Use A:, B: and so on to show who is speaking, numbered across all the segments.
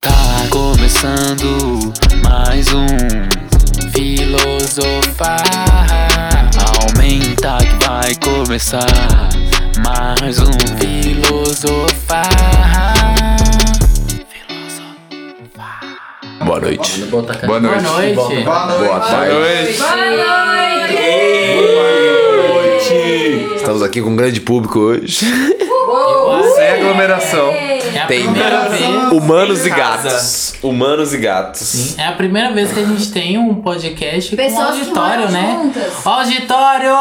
A: Tá começando mais um
B: Filosofar,
A: Aumenta que vai começar mais um
B: filosofar.
C: Boa noite. Boa
B: Boa
C: noite.
B: noite.
C: Boa tarde. Estamos aqui com um grande público hoje. Sem aglomeração.
B: É a
C: Tem
B: primeira vez.
C: Humanos e
B: em casa.
C: gatos. Humanos e gatos.
B: É a primeira vez que a gente tem um podcast com
D: Pessoas que
B: auditório,
D: moram
B: né?
D: juntas. Uh!
B: Auditório!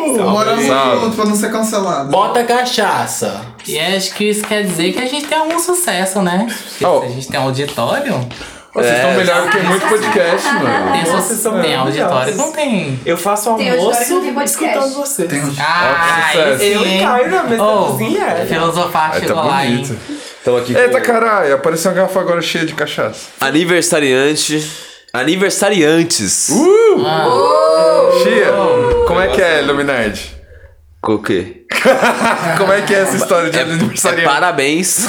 B: um Manda
E: Moramos
C: Salve.
E: junto pra não ser cancelado.
F: Bota cachaça.
B: um salve! E acho que isso quer dizer que a gente tem algum sucesso, né? Porque
C: Oh.
B: Se a gente tem auditório,
G: Vocês estão melhor que muito podcast,
E: Ah,
G: mano.
B: tem, su- tem auditório, não tem.
H: Eu faço
D: Tem auditório que não tem
H: almoço
D: podcast.
H: escutando vocês.
E: Tem um
B: Ah,
G: sucesso.
B: esse,
H: Eu
B: hein?
H: caio na mesma
B: Oh,
H: cozinha.
B: Filosofar
C: Ai, tá
B: chegou lá, hein?
C: bonito. Estamos aqui
G: Eita
C: com
G: caralho, apareceu uma garrafa agora cheia de cachaça.
C: aniversariante. Aniversariantes.
B: Uh.
G: Chia, como é que é, Luminardi?
C: Com o quê?
G: Como é que é essa história de
C: É, é
G: aniversariante?
C: parabéns.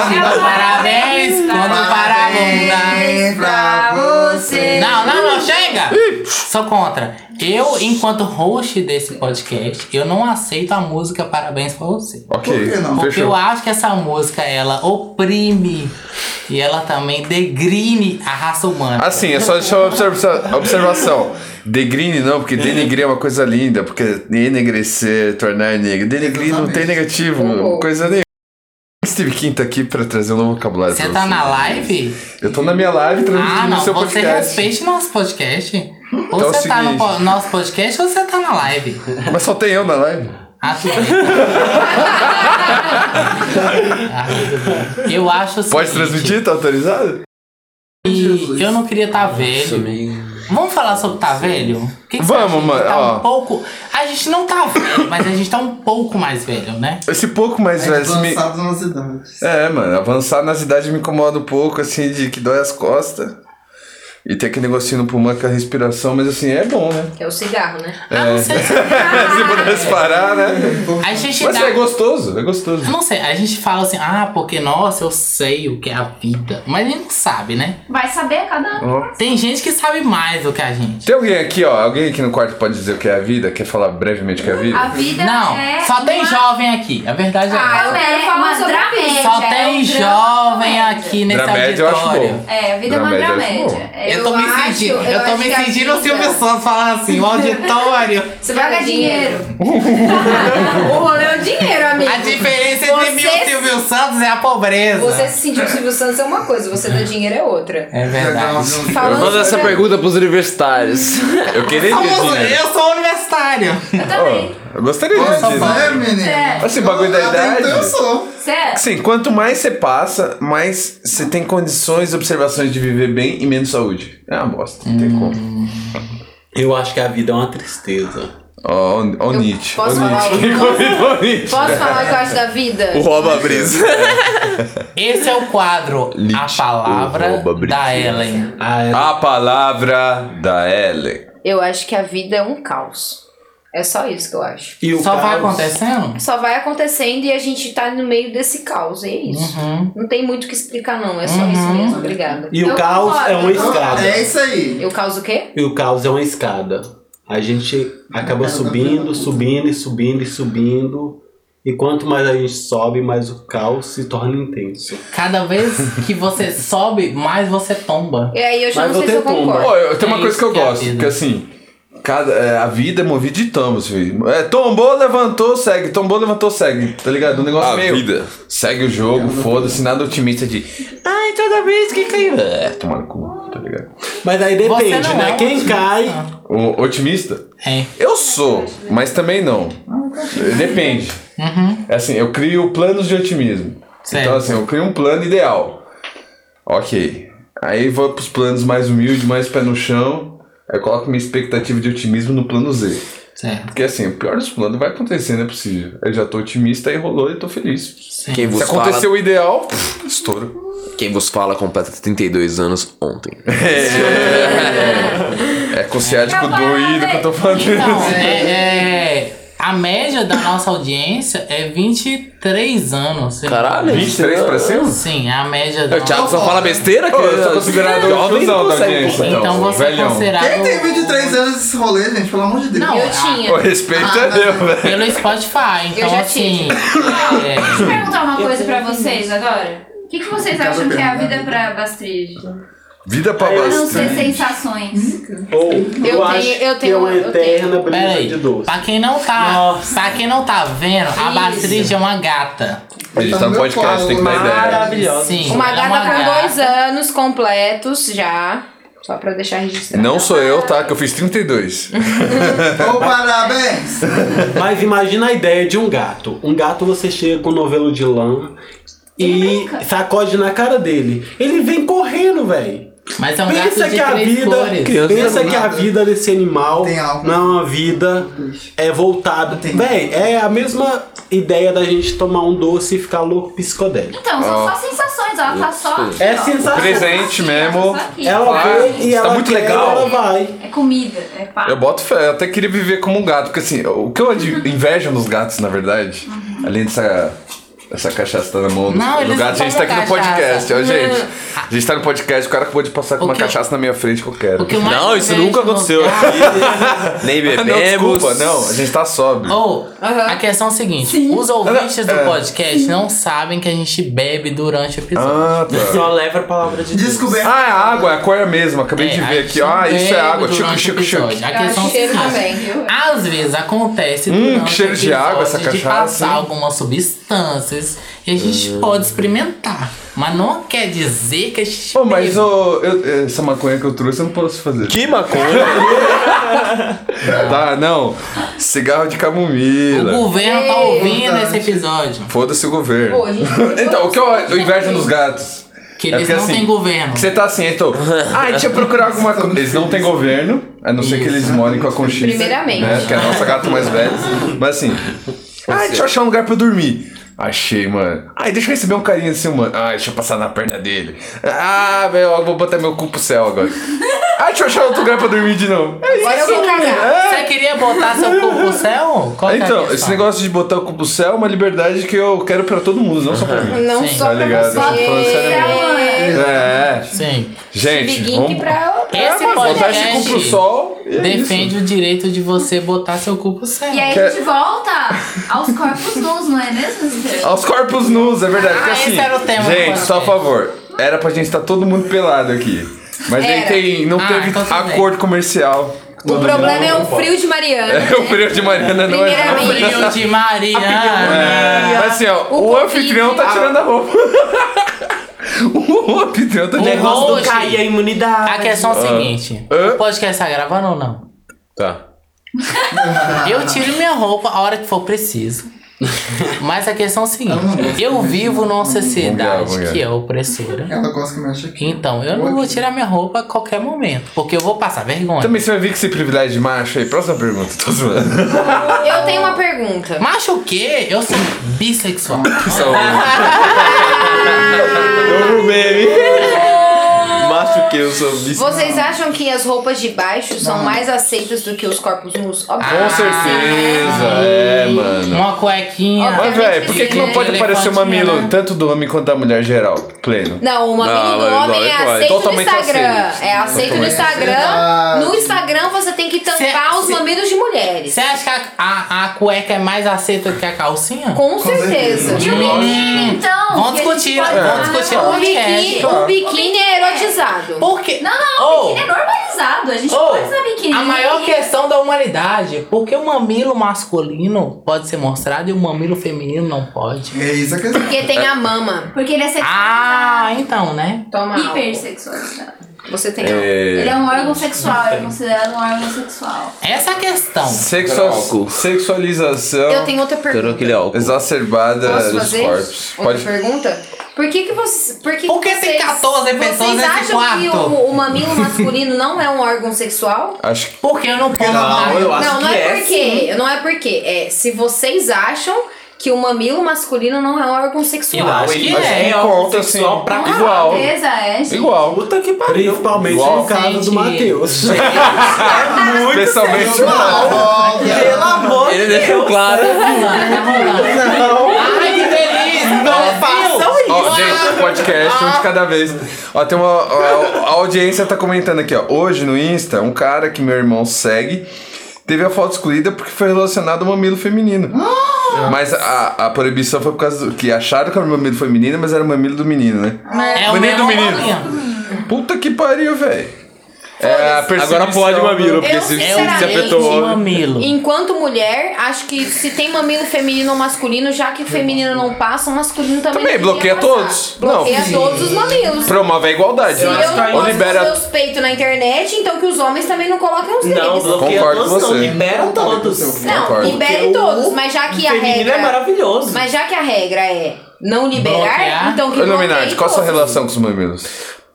B: Parabéns quando para a bunda.
D: Pra você.
B: Não, não, não, chega! Sou contra. Eu, enquanto host desse podcast, eu não aceito a música Parabéns pra você.
G: Ok,
E: Por que não?
B: Porque eu
G: fechou.
B: acho que essa música, ela oprime e ela também degrime a raça humana.
G: Assim, é só deixar uma observa- observação. Degrine não, porque denigrir é uma coisa linda, porque enegrecer, tornar negro. Denigrir não tem negativo, coisa nenhuma. Steve Kim tá aqui pra trazer um novo vocabulário
B: Você
G: pra
B: tá na live?
G: Eu tô na minha live transmitindo
B: Ah,
G: no
B: não, você
G: seu podcast.
B: respeite nosso podcast. Ou
G: é o
B: você tá no
G: seguinte.
B: po- nosso podcast ou você tá na live.
G: Mas só tem eu na live.
B: Ah, tudo bem. Ah, tudo bem. Eu acho o
G: Pode
B: seguinte,
G: transmitir, tá autorizado?
B: que eu não queria estar velho. Vamos falar sobre tá velho? O que que você
G: Vamos,
B: acha?
G: mano,
B: Tá
G: ó.
B: um pouco. A gente não tá velho, mas a gente tá um pouco mais velho, né?
G: Esse pouco
E: É
G: mais velho. esse me-
E: avançado nas idades.
G: É, mano, avançar na cidade me incomoda um pouco, assim, de que dói as costas. E tem aquele negocinho no pulmão com a respiração, mas assim, é bom, né?
D: Que é o cigarro, né?
B: Ah, não sei se.
G: É, Se pudesse parar, né?
B: A gente
G: Mas
B: dá.
G: é gostoso, é gostoso.
B: Não sei, a gente fala assim, ah, porque nossa, eu sei o que é a vida. Mas a gente não sabe, né?
D: Vai saber cada ano.
G: Ó.
B: Tem gente que sabe mais do que a gente.
G: Tem alguém aqui, ó, alguém aqui no quarto pode dizer o que é a vida? Quer falar brevemente o que é a vida?
D: A vida
B: Não,
D: é.
B: só tem
D: uma...
B: jovem aqui. A verdade é
D: Ah, eu
B: essa.
D: quero falar
I: Uma
D: sobre a
I: dramédia.
D: vida.
B: Só
I: é
B: tem
I: um
B: jovem
I: drama
B: aqui nesse
G: Dramédia eu acho
B: auditório.
G: bom.
I: É, a vida é uma
G: Dramédia, acho
I: dramédia. É,
B: Eu tô me
I: acho-
B: sentindo, eu, tô
I: acho
B: me
I: que a é-
B: sentindo o
I: vida-
B: Silvio Santos falando assim, o auditório.
I: Você paga dinheiro. o rolê é o dinheiro, amigo.
B: A diferença entre mim e o
I: Você-
B: Silvio Santos é a pobreza.
I: Você se sentir o Silvio Santos é uma coisa, você dar dinheiro é outra.
E: Pegar
B: É
E: um
B: verdade.
E: avião.
I: Falando
C: Manda essa
I: sobre-
C: pergunta pros universitários.
G: Eu queria
B: Somos-
G: dizer. dinheiro.
B: eu sou universitário.
I: Eu também.
G: Ó, eu gostaria de
E: Nossa,
G: dizer. né?
E: sério, menino?
I: É.
G: Esse bagulho da
E: Eu- até
G: idade.
E: Então eu sou.
I: Sério?
G: Sim, quanto mais você passa, mais você tem condições e observações de viver bem e menos saúde. É uma bosta, não tem como.
F: Eu acho que a vida é uma tristeza.
G: Ó, ó, ó o Nietzsche. ó
I: posso
G: o
I: falar
G: Nietzsche. Quem convidou o Nietzsche?
I: Posso falar o que eu acho da vida?
C: Rouba a brisa.
B: Esse é o quadro A
C: o
B: Palavra
C: rouba brisa.
B: da Ellen.
F: Ah, é.
G: A palavra da Ellen.
I: Eu acho que a vida é um caos. É só isso que eu acho.
F: E o
B: Só vai
F: caos?
B: acontecendo?
I: Só vai acontecendo e a gente tá no meio desse caos, e é isso.
B: Uhum.
I: Não tem muito o que explicar, não. É só
B: Uhum.
I: isso mesmo. Obrigada.
F: E o
I: Eu
F: caos
I: concordo.
F: é uma escada.
E: É isso aí.
I: E o caos o quê?
F: E o caos é uma escada. A gente acaba subindo, subindo e subindo e subindo. E quanto mais a gente sobe, mais o caos se torna intenso.
B: Cada vez que você sobe, mais você tomba.
I: E aí eu já
F: Mas
I: não sei
F: eu
I: se eu
F: tenho como.
I: concordo.
G: Ó, eu tem uma
B: É
G: coisa
B: isso
G: que eu
B: que é a
G: gosto,
B: vida.
G: que assim. Cada, é, a vida é movida de tombos, filho. É, tombou, levantou, segue. Tombou, levantou, segue. Tá ligado? Um negócio
C: A
G: meio.
C: vida.
G: Segue o jogo, foda-se, nada otimista de. Ai, toda vez que caiu. É, tomar no cu, tá ligado?
F: Mas aí
B: Você
F: depende,
B: não
F: né?
B: é um
F: Quem
B: otimista.
F: cai.
G: O, otimista?
B: É.
G: Eu sou, mas também não. Depende.
B: Uhum.
G: É assim, eu crio planos de otimismo.
B: Certo.
G: Então, assim, eu crio um plano ideal. Ok. Aí vou pros planos mais humildes, mais pé no chão. Aí eu coloco minha expectativa de otimismo no plano Z.
B: Certo.
G: Porque assim, o pior dos planos vai acontecer, não é possível. Eu já tô otimista e rolou e tô feliz.
B: Sim.
C: Quem vos
G: Se
C: fala,
G: aconteceu o ideal, pff, estouro.
C: quem vos fala completa 32 anos ontem.
G: É, é com ciático doído que eu tô falando.
B: Então, é, é, A média da nossa audiência é 23
I: Tá.
B: anos. se não me engano.
C: Caralho.
G: 23 pra cima?
B: Sim, a média da
C: O Thiago só fala besteira, que
G: Ô, eu sou considerado o
C: jovem
G: tiozão
C: não
G: da
C: consegue.
G: audiência.
B: Então,
G: Então,
B: você é
G: velhão.
B: considerado.
E: Quem tem 23 anos nesse rolê, gente? Pelo amor de Deus.
B: Não,
I: Eu
B: a-
I: tinha.
G: O respeito é meu, velho.
B: pelo Spotify. Então,
I: já
B: assim.
I: tive.
B: é,
D: Deixa eu perguntar uma coisa pra vocês agora. O que, que vocês
E: Cada
D: acham que é a
E: pergunta.
D: vida pra Bastrid?
G: Vida pra
D: A não ser
G: bastante.
D: sensações.
F: Ou eu,
I: tenho-
F: acho
I: eu
F: que
I: tenho-
F: é uma
I: eu tenho.
F: eterna
B: Pera
F: briga
B: aí,
F: de doce.
B: pra quem não tá,
F: Nossa.
B: pra quem não tá vendo, a Beatriz é uma gata.
G: A gente tá no podcast, tem que dar ideia.
F: Maravilhosa.
B: Sim,
I: Uma
B: ela é
I: gata
B: uma
I: com dois anos completos já. Só pra eu deixar registrado.
G: Não sou eu, tá? Que eu fiz 32.
E: Ô, parabéns!
F: Mas imagina a ideia de um gato. Um gato você chega com um novelo de lã e sacode na cara dele. Ele vem correndo, velho.
B: Mas é um
F: Pensa
B: gato de
F: que a
B: três
F: vida,
B: cores.
F: pensa
E: Criança
F: que a
E: nada.
F: vida desse animal
E: Tem algo.
F: não é uma vida é voltada.
E: Tem.
F: Véi, é a mesma ideia da gente tomar um doce e ficar louco psicodélico.
D: Então, são só sensações, ela tá só. aqui,
F: É
D: ó.
F: sensação.
G: Presente mesmo.
D: Ela tá aqui.
F: Ela
G: Ah,
F: vê e
G: tá
F: ela
G: muito
F: quer,
G: legal.
F: ela vai.
D: É comida, é pá.
G: Eu boto fé, eu até queria viver como um gato, porque assim, o que eu ad- invejo nos gatos, na verdade, além dessa. Essa cachaça tá na mão do,
B: Uhum. Não,
G: do
B: eles
G: gato. A
B: não
G: gente tá aqui
B: tomam
G: no podcast, ó,
B: cachaça. Ah.
G: gente. A gente tá no podcast, o cara acabou de passar com
B: O
G: uma
B: que eu-
G: cachaça na minha frente que eu
B: O
G: quero.
B: que eu mais
C: Não, isso
B: vejo
C: nunca
B: no
C: aconteceu
B: gato-
C: aqui. Nem
G: Ah, não,
C: bebemos.
G: desculpa, não, a gente tá sóbrio.
B: Ou, a questão é a seguinte: os ouvintes do podcast não sabem que a gente bebe durante o episódio.
G: Ah, tá.
H: Só leva a palavra de Deus.
E: Descoberto.
G: Ah, é água, é a cor é a mesma. Acabei
B: É,
G: de
B: a
G: ver
B: gente
G: aqui. Ah,
B: não
G: isso é
B: bebe
G: água. Chuc,
B: durante
G: chuc,
B: o episódio.
G: chuc.
B: A
I: Eu
B: questão
I: acho
B: é a
I: Ah, cheiro
B: seguinte,
I: também.
D: Eu-
B: Às vezes acontece
G: Hum,
B: durante
G: que cheiro de água essa
B: episódio de
G: cachaça,
B: passar
G: hein? Hum.
B: algumas substâncias e a gente pode experimentar. Mas não quer dizer que a gente.
G: Pô, mas
B: bebe.
G: ô, eu- essa maconha que eu trouxe eu não posso fazer.
C: Que maconha.
G: Tá, não. Cigarro de
B: o
G: camomila.
B: governo tá ouvindo
E: verdade.
B: esse episódio.
G: Foda-se o governo.
I: Pô, a gente tem que
G: Então, o que eu, eu invejo nos gatos?
B: Que
G: É
B: eles
G: porque
B: não
G: assim,
B: têm governo.
G: Que você tá assim, então. Ah, deixa eu procurar alguma coisa. Eles não têm governo, a não ser que eles morem com a conchinha.
I: Primeiramente.
G: Né? Que é a nossa gata mais velha. Mas assim. Ah, deixa eu achar um lugar pra eu dormir. Achei, mano. Ai, deixa eu receber um carinho assim, mano. Ai, deixa eu passar na perna dele. Ah, velho, eu vou botar meu cu pro céu agora. Ah, deixa eu achar outro lugar pra dormir de novo. É
I: Agora eu
G: isso, É.
I: vou cagar.
B: Você queria botar seu corpo pro céu? Qual que é a
G: Então,
B: questão?
G: esse negócio de botar o cu pro céu é uma liberdade que eu quero pra todo mundo, não só pra mim.
I: Não
B: Sim.
I: só
G: Tá
I: pra
G: ligado?
I: você.
G: Tô falando
I: É.
G: É, é.
B: Sim.
G: Gente,
I: Biguinho
G: vamos...
I: pra...
B: Esse
G: Mas botar
B: podcast
I: né?
G: esse cu pro sol. e é
B: defende o direito de você botar seu cu pro céu.
D: E aí a gente volta aos corpos nus, não é
G: isso.
D: mesmo?
G: Aos corpos nus, é verdade. porque
B: Ah,
G: assim,
B: esse era o tema do
G: Gente, só a
B: podcast.
G: favor. Era pra gente estar todo mundo pelado aqui. Mas aí
I: Era.
G: tem, não
B: Ah,
G: teve
B: então tudo bem.
G: acordo comercial.
I: O problema é o frio de Mariana.
G: É o período de Mariana, não é?
I: Primeiramente.
B: Frio de Mariana.
G: É, Mas assim,
I: O
G: ó, o,
I: Covid.
G: anfitrião tá tirando a roupa. o anfitrião tá
B: O
G: tirando a roupa.
H: Negócio
B: Hoje-
H: do cair a imunidade.
B: A questão é a seguinte:
G: Ah.
B: o podcast tá gravando ou não?
G: Tá.
B: Eu tiro minha roupa a hora que for preciso. Mas a questão é a seguinte: eu vivo numa
G: Vamos
B: sociedade
G: lá,
B: que é opressora.
E: Ela gosta que mexe aqui.
B: Então, eu não vou tirar minha roupa a qualquer momento, porque eu vou passar vergonha.
G: Também você vai ver que esse privilégio de macho aí. Próxima pergunta, tô zoando.
I: Eu tenho uma pergunta.
B: Macho o quê? Eu sou bissexual.
G: Só um.
C: Novo meme. Macho que eu sou bicho.
I: Vocês acham que as roupas de baixo são mais aceitas do que os corpos nus?
G: Com
I: Óbvio.
B: Ah.
G: certeza, é, mano.
B: Uma cuequinha.
I: Ó,
G: Mas, velho, por que, que não
B: Sim,
G: pode
B: né?
G: aparecer o
B: Elefantinho,
G: mamilo
B: né?
G: tanto do homem quanto da mulher geral? Pleno.
I: Não, o mamilo
C: Não,
I: do
C: é igual,
I: homem
C: é
I: é
C: igual, é
I: aceito no
G: totalmente
I: Instagram.
G: aceito.
I: É aceito no
G: Totalmente
I: Instagram.
E: aceito.
I: No Instagram você tem que tampar
B: Cê-
I: os
B: cê-
I: mamilos de mulheres.
B: Você acha que a, a, a cueca é mais aceita que a calcinha?
I: Com certeza.
D: E o biquíni, então?
B: Vamos
D: que a gente
B: discutir,
D: pode
B: vamos
D: usar na
B: discutir.
D: moda?
I: O
B: tipo,
I: biquíni, o biquíni é erotizado.
B: Por quê?
D: Não, não,
B: Oh.
D: biquíni é normalizado. A gente
B: Ou,
D: pode é usar biquíni.
B: a maior questão da humanidade, por que o mamilo masculino pode ser mostrado e o mamilo feminino não pode?
E: É isso a questão.
I: Porque tem a mama.
D: Porque ele é sexualizado.
B: Ah, então, né?
I: Toma. álcool.
D: hipersexualizado.
I: Você tem álcool.
D: Ele
C: É...
D: é um órgão sexual, ele é considerado um órgão sexual.
B: Essa é questão.
G: Sexua-
C: Álcool.
G: Sexualização
I: Eu tenho outra pergunta.
C: Coroquilha álcool.
G: exacerbada
I: Posso
G: dos
I: fazer
G: corpos.
I: outra
G: Pode.
I: pergunta? Por que que vocês... Por que,
B: Por que
I: que
B: tem
I: vocês,
B: 14 pessoas
I: Vocês
B: nesse
I: acham que
B: quarto?
I: o, o mamilo masculino não é um órgão sexual?
G: Acho que.
B: Porque eu não posso.
H: Não, eu acho
I: não, não
H: que
I: é
H: é.
I: porque. Não é porque. É se vocês acham que o mamilo masculino não é um órgão sexual.
H: Eu acho que
B: Acho que
H: é.
B: é
H: algo
G: conta, assim,
H: sexual pra caralho.
G: igual.
D: Beleza, é, gente.
G: Igual.
H: Puta que pariu.
F: Principalmente
G: Uau.
F: no caso do
B: Gente.
I: tá
F: Matheus.
G: Especialmente.
E: Olha,
H: Pelo amor amor de
A: Ele deixou
H: Deus.
A: claro.
B: é Ai, que
A: é
B: delícia!
H: Não
I: é
H: façam isso.
G: Ó, gente, podcast, um de cada vez. Ó, tem uma. ó, a audiência tá comentando aqui, ó. Hoje no Insta, um cara que meu irmão segue teve a foto excluída porque foi relacionado ao mamilo feminino. Mas a, a proibição foi por causa do. Que acharam que era o mamilo feminino, mas era o mamilo do menino, né?
B: É o
G: Bonito
B: mesmo
G: menino.
B: menino.
G: Puta que pariu, velho. É, a perseguição né?
A: Agora pode,
G: do-
A: mamilo, porque
I: Eu,
A: se,
B: É
A: se
I: sinceramente,
A: afetou.
B: Mamilo.
I: Enquanto mulher, acho que se tem mamilo feminino ou masculino, já que feminino não passa, o masculino também
G: Também,
I: não
G: bloqueia
I: devia passar.
G: todos.
I: Bloqueia
G: Não.
I: todos os mamilos.
G: Promove a igualdade.
I: Se eu
G: né?
I: não
G: Ou
I: posto
G: libera
I: meus peitos na internet, então que os homens também não coloquem os
H: Não,
I: deles.
H: bloqueia
G: Concordo com
H: todos, não,
G: você.
H: libera todos.
I: Não,
G: Concordo.
I: libere
H: Porque o-
I: todos, mas já que a
H: feminino
I: regra...
H: é maravilhoso.
I: Mas já que a regra é não liberar,
B: Bloquear.
I: então que
G: Ô, Luminardi,
I: bloqueie
G: qual a sua
I: todos.
G: relação com os mamilos?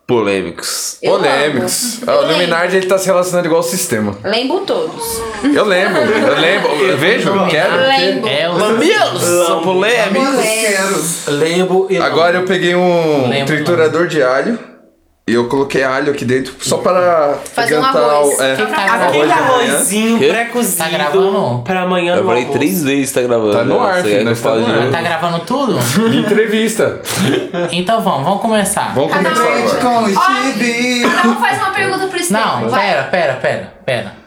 A: Polêmicos.
I: Eu
G: Polêmicos.
I: amo.
G: Ah,
I: Eu
G: O Luminardi, ele tá se relacionando igual ao sistema.
I: Lembro todos.
G: Eu lembro, eu lembro. Eu vejo, eu quero.
I: Lembro.
B: É o
H: Mamilos são
A: É,
I: Tá
B: é
H: polêmicos.
E: Mas eu
I: É.
E: quero.
H: Lembro e não.
G: Agora eu peguei um
B: Lembro,
G: triturador de alho e eu coloquei alho aqui dentro só para
I: Fazer um
G: cantar
I: arroz.
G: o. É,
B: Quem tá
H: Aquele
G: Arroz de manhã.
I: um
H: arrozinho
A: Quê?
H: pré-cozido
B: Tá gravando?
H: pra amanhã
A: Eu
H: no
A: falei
H: almoço.
A: três vezes que tá gravando.
G: Tá no
A: né?
G: ar,
A: Você
G: filho,
A: quer que
G: nós
A: eu fale
G: tá no
A: de
G: ar.
A: novo?
B: Tá gravando tudo?
G: entrevista.
B: Então vamos, vamos começar.
G: Vamos começar
E: Leite
G: agora.
E: com chibi.
D: Então faz uma pergunta pro Estevam.
B: Não,
D: vai.
B: pera, pera, pera, pera.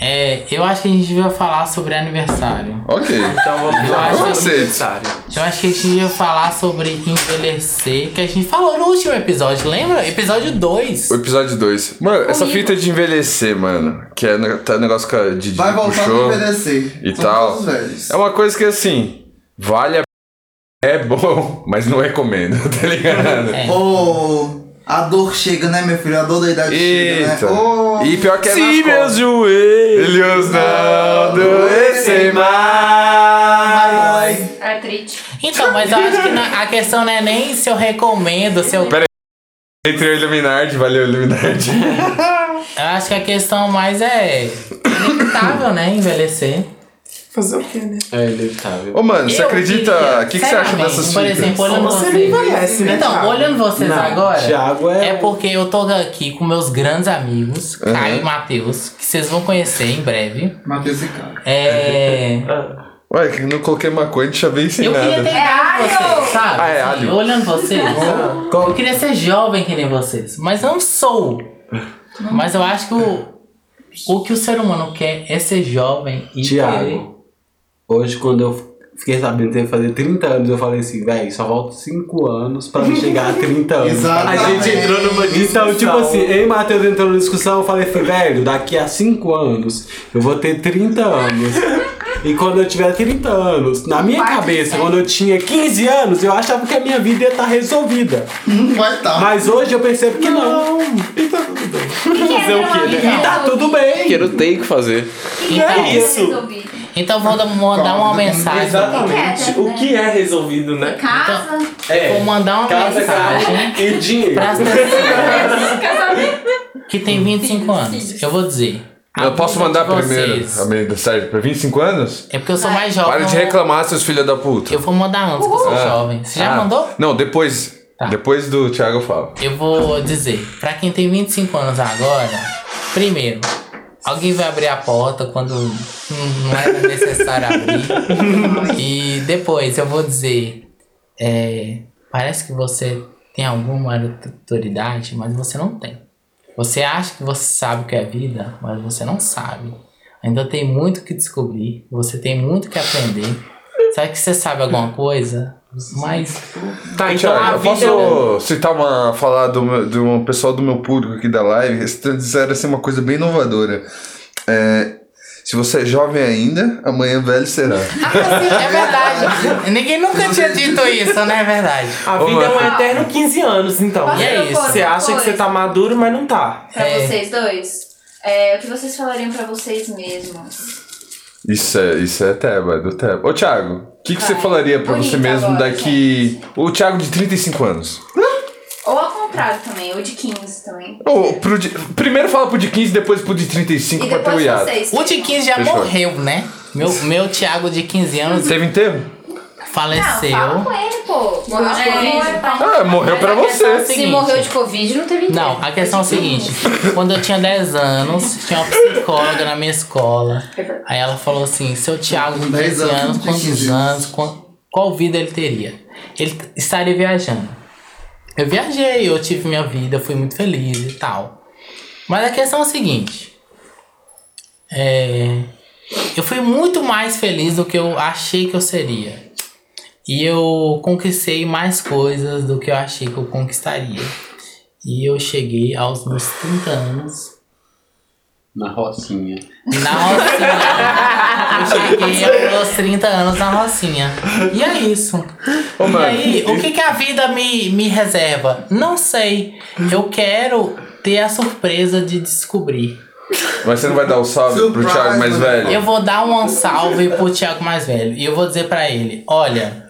B: É, eu acho que a gente devia falar sobre aniversário.
G: Ok.
H: Então vamos
B: Eu
H: lá.
B: acho
H: Vamos
G: que-
H: aniversário.
B: Eu acho que a gente devia falar sobre envelhecer, que a gente falou no último episódio, lembra? Episódio 2.
G: O episódio 2. Mano, essa fita de envelhecer, mano, que é no- tá negócio que a Didi
E: Vai voltar
G: puxou
E: pra envelhecer.
G: e
E: São
G: tal.
E: todos velhos.
G: É uma coisa que assim, vale a é bom, mas não recomendo, tá ligado?
B: É.
E: Oh, a dor chega, né, meu filho? A dor da idade
G: Eita.
E: chega, né? Oh,
G: E pior que é
A: Se
G: nas
A: meus
G: costas.
A: joelhos.
G: Eles não doecem mais.
D: Artrite.
B: Então, mas eu acho que na- a questão não é nem se eu recomendo, se eu.
G: Pera- Entre o Illuminati, valeu Illuminati.
B: Eu acho que a questão mais é inevitável, né? Envelhecer.
E: fazer o quê, né?
H: É inevitável.
G: Ô mano, você
B: Eu
G: acredita?
B: diria,
G: O que, que você acha
B: seriamente,
G: dessas
B: Por
G: fitas?
B: exemplo, olhando
H: Você
B: vocês.
H: nem conhece, né,
B: Então,
H: Thiago?
B: olhando vocês
H: Não,
B: agora.
H: Thiago é-
B: É porque eu tô aqui com meus grandes amigos, Caio e Matheus, que vocês vão conhecer em breve.
E: Matheus e cara.
B: É.
G: Ué, que não coloquei maconha e te chavei sem
B: Eu
G: nada.
B: queria ter idade de
D: alho!
B: vocês, sabe?
G: Ah, é
B: Assim,
G: alho.
B: olhando vocês, eu queria ser jovem que nem vocês, mas eu não sou. Mas eu acho que o, o que o ser humano quer é ser jovem e querer.
H: Tiago, hoje quando eu fiquei sabendo que eu ia fazer 30 anos, eu falei assim, véi, só falta 5 anos pra me chegar a 30 anos.
E: Exatamente.
H: A gente entrou numa discussão. Então, tipo assim, eu e Matheus entrou numa discussão, eu falei assim, velho, daqui a 5 anos eu vou ter 30 anos. E quando eu tiver 30 anos, na minha cabeça, quando eu tinha 15 anos, eu achava que a minha vida ia estar resolvida.
E: Hum, vai tá.
H: Mas hoje eu percebo que não. E tá tudo bem. Fazer o quê? né? E tá tudo bem.
A: Porque não tem o que fazer.
B: Então,
H: é isso.
D: Resolvido.
B: então vou dar- mandar uma mensagem.
D: Exatamente.
B: né?
D: O que
H: é resolvido, né?
D: Casa.
H: É.
B: Vou mandar uma mensagem.
H: e dinheiro.
B: Para as pessoas que tem 25 anos, eu vou dizer.
G: Eu posso mandar
B: Vocês.
G: primeiro a mensagem pra 25 anos?
B: É porque eu sou mais jovem.
G: Para de
B: eu-
G: reclamar, seus filhos da puta.
B: Eu vou mandar antes, porque eu sou jovem. Você já
G: Ah,
B: mandou?
G: Não, depois.
B: Tá.
G: Depois do Thiago eu falo.
B: Eu vou dizer, pra quem tem 25 anos agora, primeiro, alguém vai abrir a porta quando não era necessário abrir. e depois eu vou dizer, é, parece que você tem alguma autoridade, mas você não tem. Você acha que você sabe o que é vida, mas você não sabe. Ainda tem muito o que descobrir, você tem muito o que aprender. Sabe que você sabe alguma coisa, mas
H: Tá, então
G: Thiago,
H: a
G: eu
H: vida...
G: posso citar uma falar do, meu- de um pessoal do meu público aqui da live? Eles disseram assim uma coisa bem inovadora. É, se você é jovem ainda, amanhã velho será.
B: É verdade. Ninguém nunca tinha dito isso, né? É verdade.
H: A vida é um eterno 15 anos, então.
D: Posso
B: E é
D: propor
B: isso,
D: uma
H: Você acha que
D: coisa
H: você tá maduro, mas não tá.
D: Pra
B: É.
D: vocês dois? É, o que vocês falariam pra vocês mesmos?
G: Isso é, isso é Teba, do Teba. Ô, Thiago, o que, que você
D: Vai.
G: falaria pra
D: Bonito
G: você mesmo
D: agora,
G: daqui. O Thiago de 35 anos.
D: Ou ao contrário também, ou de 15 também.
G: Ô, pro de- primeiro fala pro de 15, depois pro de
D: E
G: 35
H: Tá
G: pra ter o
D: depois
G: Iago.
D: vocês.
B: O de 15 já
G: Fechou.
B: morreu, né? Meu, meu Thiago de 15 anos
G: Teve enterro?
B: faleceu. É
D: Não, Ah, fala com ele, pô.
I: Morreu de Covid?
H: É,
G: Ah, morreu pra você.
I: Se morreu de Covid, não teve
B: Não, a questão é o seguinte: quando eu tinha 10 anos, tinha uma psicóloga na minha escola. Aí ela falou assim: seu Thiago, com
E: 10
B: 10
E: anos,
B: anos,
E: tem 15
B: quantos anos, qual, qual vida ele teria? Ele t- estaria viajando. Eu viajei, eu tive minha vida, fui muito feliz e tal. Mas a questão é o seguinte: é, eu fui muito mais feliz do que eu achei que eu seria. E eu conquistei mais coisas do que eu achei que eu conquistaria. E eu cheguei aos meus 30 anos.
F: Na rocinha.
B: Na Rocinha. Eu cheguei aos meus 30 anos na Rocinha. E é isso. e aí, o que, que a vida me, me reserva? Não sei. Eu quero ter a surpresa de descobrir.
G: Mas você não vai dar um salve pro
E: Surprise,
G: Thiago mais
E: mano.
G: velho?
B: Eu vou dar um salve pro Thiago mais velho. E eu vou dizer pra ele: olha,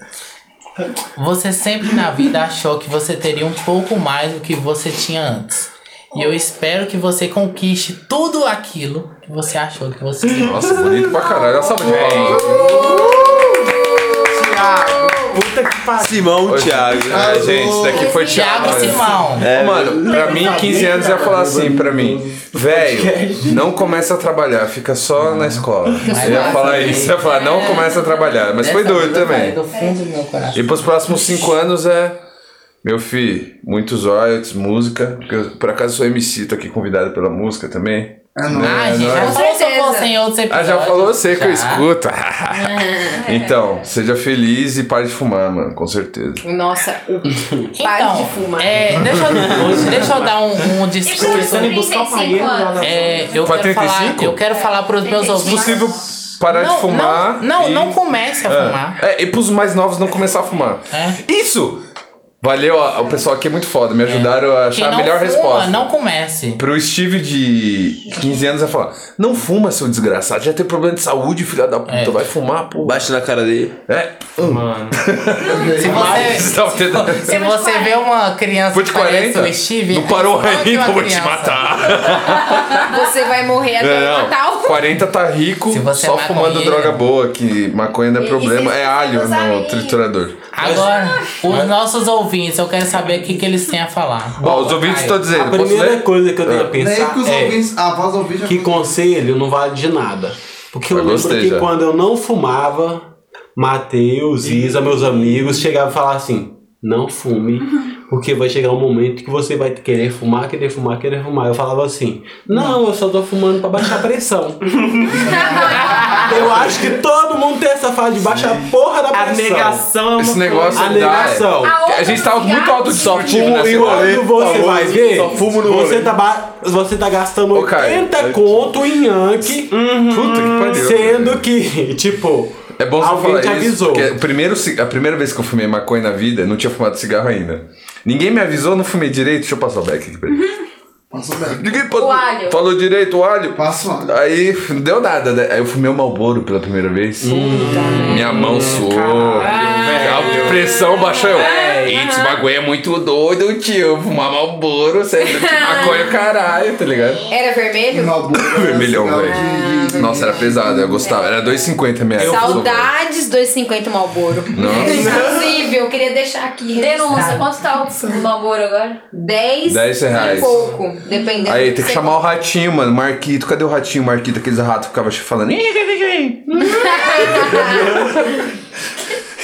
B: você sempre na vida achou que você teria um pouco mais do que você tinha antes. E eu espero que você conquiste tudo aquilo que você achou que você tinha.
G: Nossa, bonito pra caralho. um Olha só de palmas.
H: Puta que pariu.
A: Simão Thiago.
G: Ah, gente, daqui foi Thiago.
B: Thiago Simão.
G: Ô, Mano, pra mim, 15 anos ia falar assim pra mim, velho, não começa a trabalhar, fica só na escola. Eu ia falar isso, eu ia falar,
B: É.
G: não começa a trabalhar. Mas foi
B: Dessa
G: doido
B: vez eu falei
G: também.
B: Do fundo do meu coração.
G: E pros próximos cinco anos é. Meu filho, muitos royalties, música. porque eu, por acaso sou MC, tô aqui convidado pela música também.
E: É nóis.
B: Ah, gente,
G: não é?
B: já falou que eu
I: certeza.
B: fosse em outros
G: Ah,
B: episódios.
G: já falou você que eu
B: Já.
G: escuto. então, seja feliz e pare de fumar, mano, com certeza.
I: Nossa, o Pare de
B: Então,
I: fumar.
B: é, deixa, eu, deixa eu dar um, um
D: Deixa eu
B: discurso.
H: Pensando em buscar um
D: 35
H: pagueiro lá na
B: É, eu
G: Pra
B: quero falar,
G: 35?
B: eu quero falar pros meus
D: 35.
G: É
B: ouvintes.
G: Possível parar
B: não,
G: de fumar.
B: Não, não,
G: Ah, e...
B: não comece a fumar.
G: É, e pros mais novos não começar a fumar.
B: É.
G: Isso! Valeu, ó, o pessoal aqui é muito foda. Me ajudaram a
B: Quem
G: achar é a
B: não
G: melhor
B: fuma,
G: resposta.
B: não comece.
G: Pro Steve de 15 anos vai falar: Não fuma, seu desgraçado, já tem problema de saúde, filha da puta,
B: É.
G: vai fumar, pô.
A: Bate na cara dele.
G: É,
H: Mano.
B: Se você,
G: tá tentando-
B: se você vê uma criança
G: Foi de
B: que parece
G: 40?
B: o Steve,
G: não parou
B: fala que é
G: ainda,
B: uma
G: eu vou te
B: criança.
G: matar.
I: Você vai
D: É
I: morrer até o
G: Não,
I: Natal.
G: 40 tá rico,
B: Se você é
G: só fumando
B: maconheiro.
G: droga boa, que maconha não
D: E-
G: é
D: e
G: problema,
D: se
G: é
D: você
G: alho
D: usar
G: no
D: aí?
G: triturador.
B: Agora, os nossos ouvintes, eu quero saber o que, que eles têm a falar.
G: Ó, os ouvintes estão
F: A
G: dizendo, posso
F: primeira é
G: ler?
F: coisa que eu tenho a
E: Nem
F: pensar
E: que os
F: é
E: ouvintes. Ah, para os ouvintes.
F: que conselho não vale de nada. Porque eu
G: Eu
F: lembro
G: gostei
F: que
G: já.
F: quando eu não fumava, Matheus, Isa, meus amigos chegavam e falavam assim: não fume, porque vai chegar um momento que você vai querer fumar, querer fumar, querer fumar. Eu falava assim: não, eu só tô fumando pra baixar a pressão. eu acho que todo mundo tem essa fase de baixar a porra da
H: A
F: pressão.
H: negação. é uma
G: Esse negócio
H: coisa- A
G: dá,
F: negação.
G: é. A gente tava muito alto de
F: Só fumo
G: né?
F: e quando você vai ver,
G: Só fumo no
F: você,
G: rolê.
F: tá ba- você tá gastando
G: Ô, Caio,
F: 80
G: eu-
F: conto em Yankee,
H: Uhum.
G: Puta que pariu.
F: um sendo que, tipo,
G: É bom você
F: alguém
G: falar
F: te
G: isso,
F: avisou.
G: porque o primeiro, ci- a primeira vez que eu fumei maconha na vida, eu não tinha fumado cigarro ainda. Ninguém me avisou, não fumei direito. Deixa eu passar o beck aqui pra ele.
E: Passou bem.
G: Ninguém passou-
D: Uhum. O alho.
G: falou direito, o alho.
E: Passa lá.
G: Aí não deu nada, né? Aí eu fumei o Malboro pela primeira vez. Minha mão suou. A pressão baixou. Eu, Eita, esse bagulho é muito doido, tio. Fumar Malboro, você é maconha caralho, tá ligado?
I: Era vermelho?
G: Vermelhão,
E: Cigarro é de-
G: velho. Nossa, era pesado, eu gostava. Era 2,50 mesmo.
I: Saudades 250 Malboro.
G: Nossa.
I: Inclusive, eu queria deixar aqui.
D: Denúncia,
I: registrado.
D: quanto tá o Malboro agora?
I: 10,
G: 10 reais.
I: e pouco. Dependendo
G: Aí,
I: do
G: tem que
I: você
G: chamar o ratinho, mano. Marquito, cadê o ratinho, Marquito? Aqueles ratos que ficavam falando.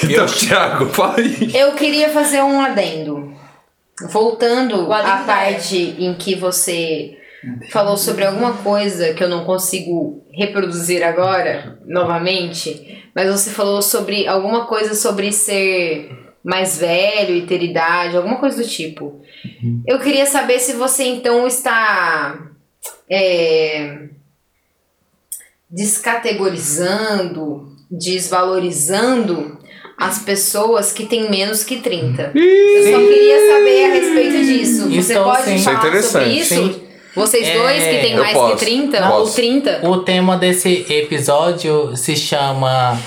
G: então, Thiago, fala aí.
I: Eu queria fazer um adendo. Voltando
D: O adendo é.
I: à
D: da
I: parte em que você falou sobre alguma coisa que eu não consigo reproduzir agora, novamente, mas você falou sobre alguma coisa sobre ser mais velho e ter idade, alguma coisa do tipo. Eu queria saber se você então está é, descategorizando, desvalorizando as pessoas que têm menos que 30. Eu só queria saber a respeito disso.
B: Isso
I: Você
B: eu
I: pode
B: sei.
G: Isso é
I: falar sobre
G: interessante.
I: isso?
B: Sim.
I: Vocês
B: Então, É,
I: dois que têm
G: eu
I: mais
G: posso,
I: que 30 ou
G: posso.
I: 30?
B: O tema desse episódio se chama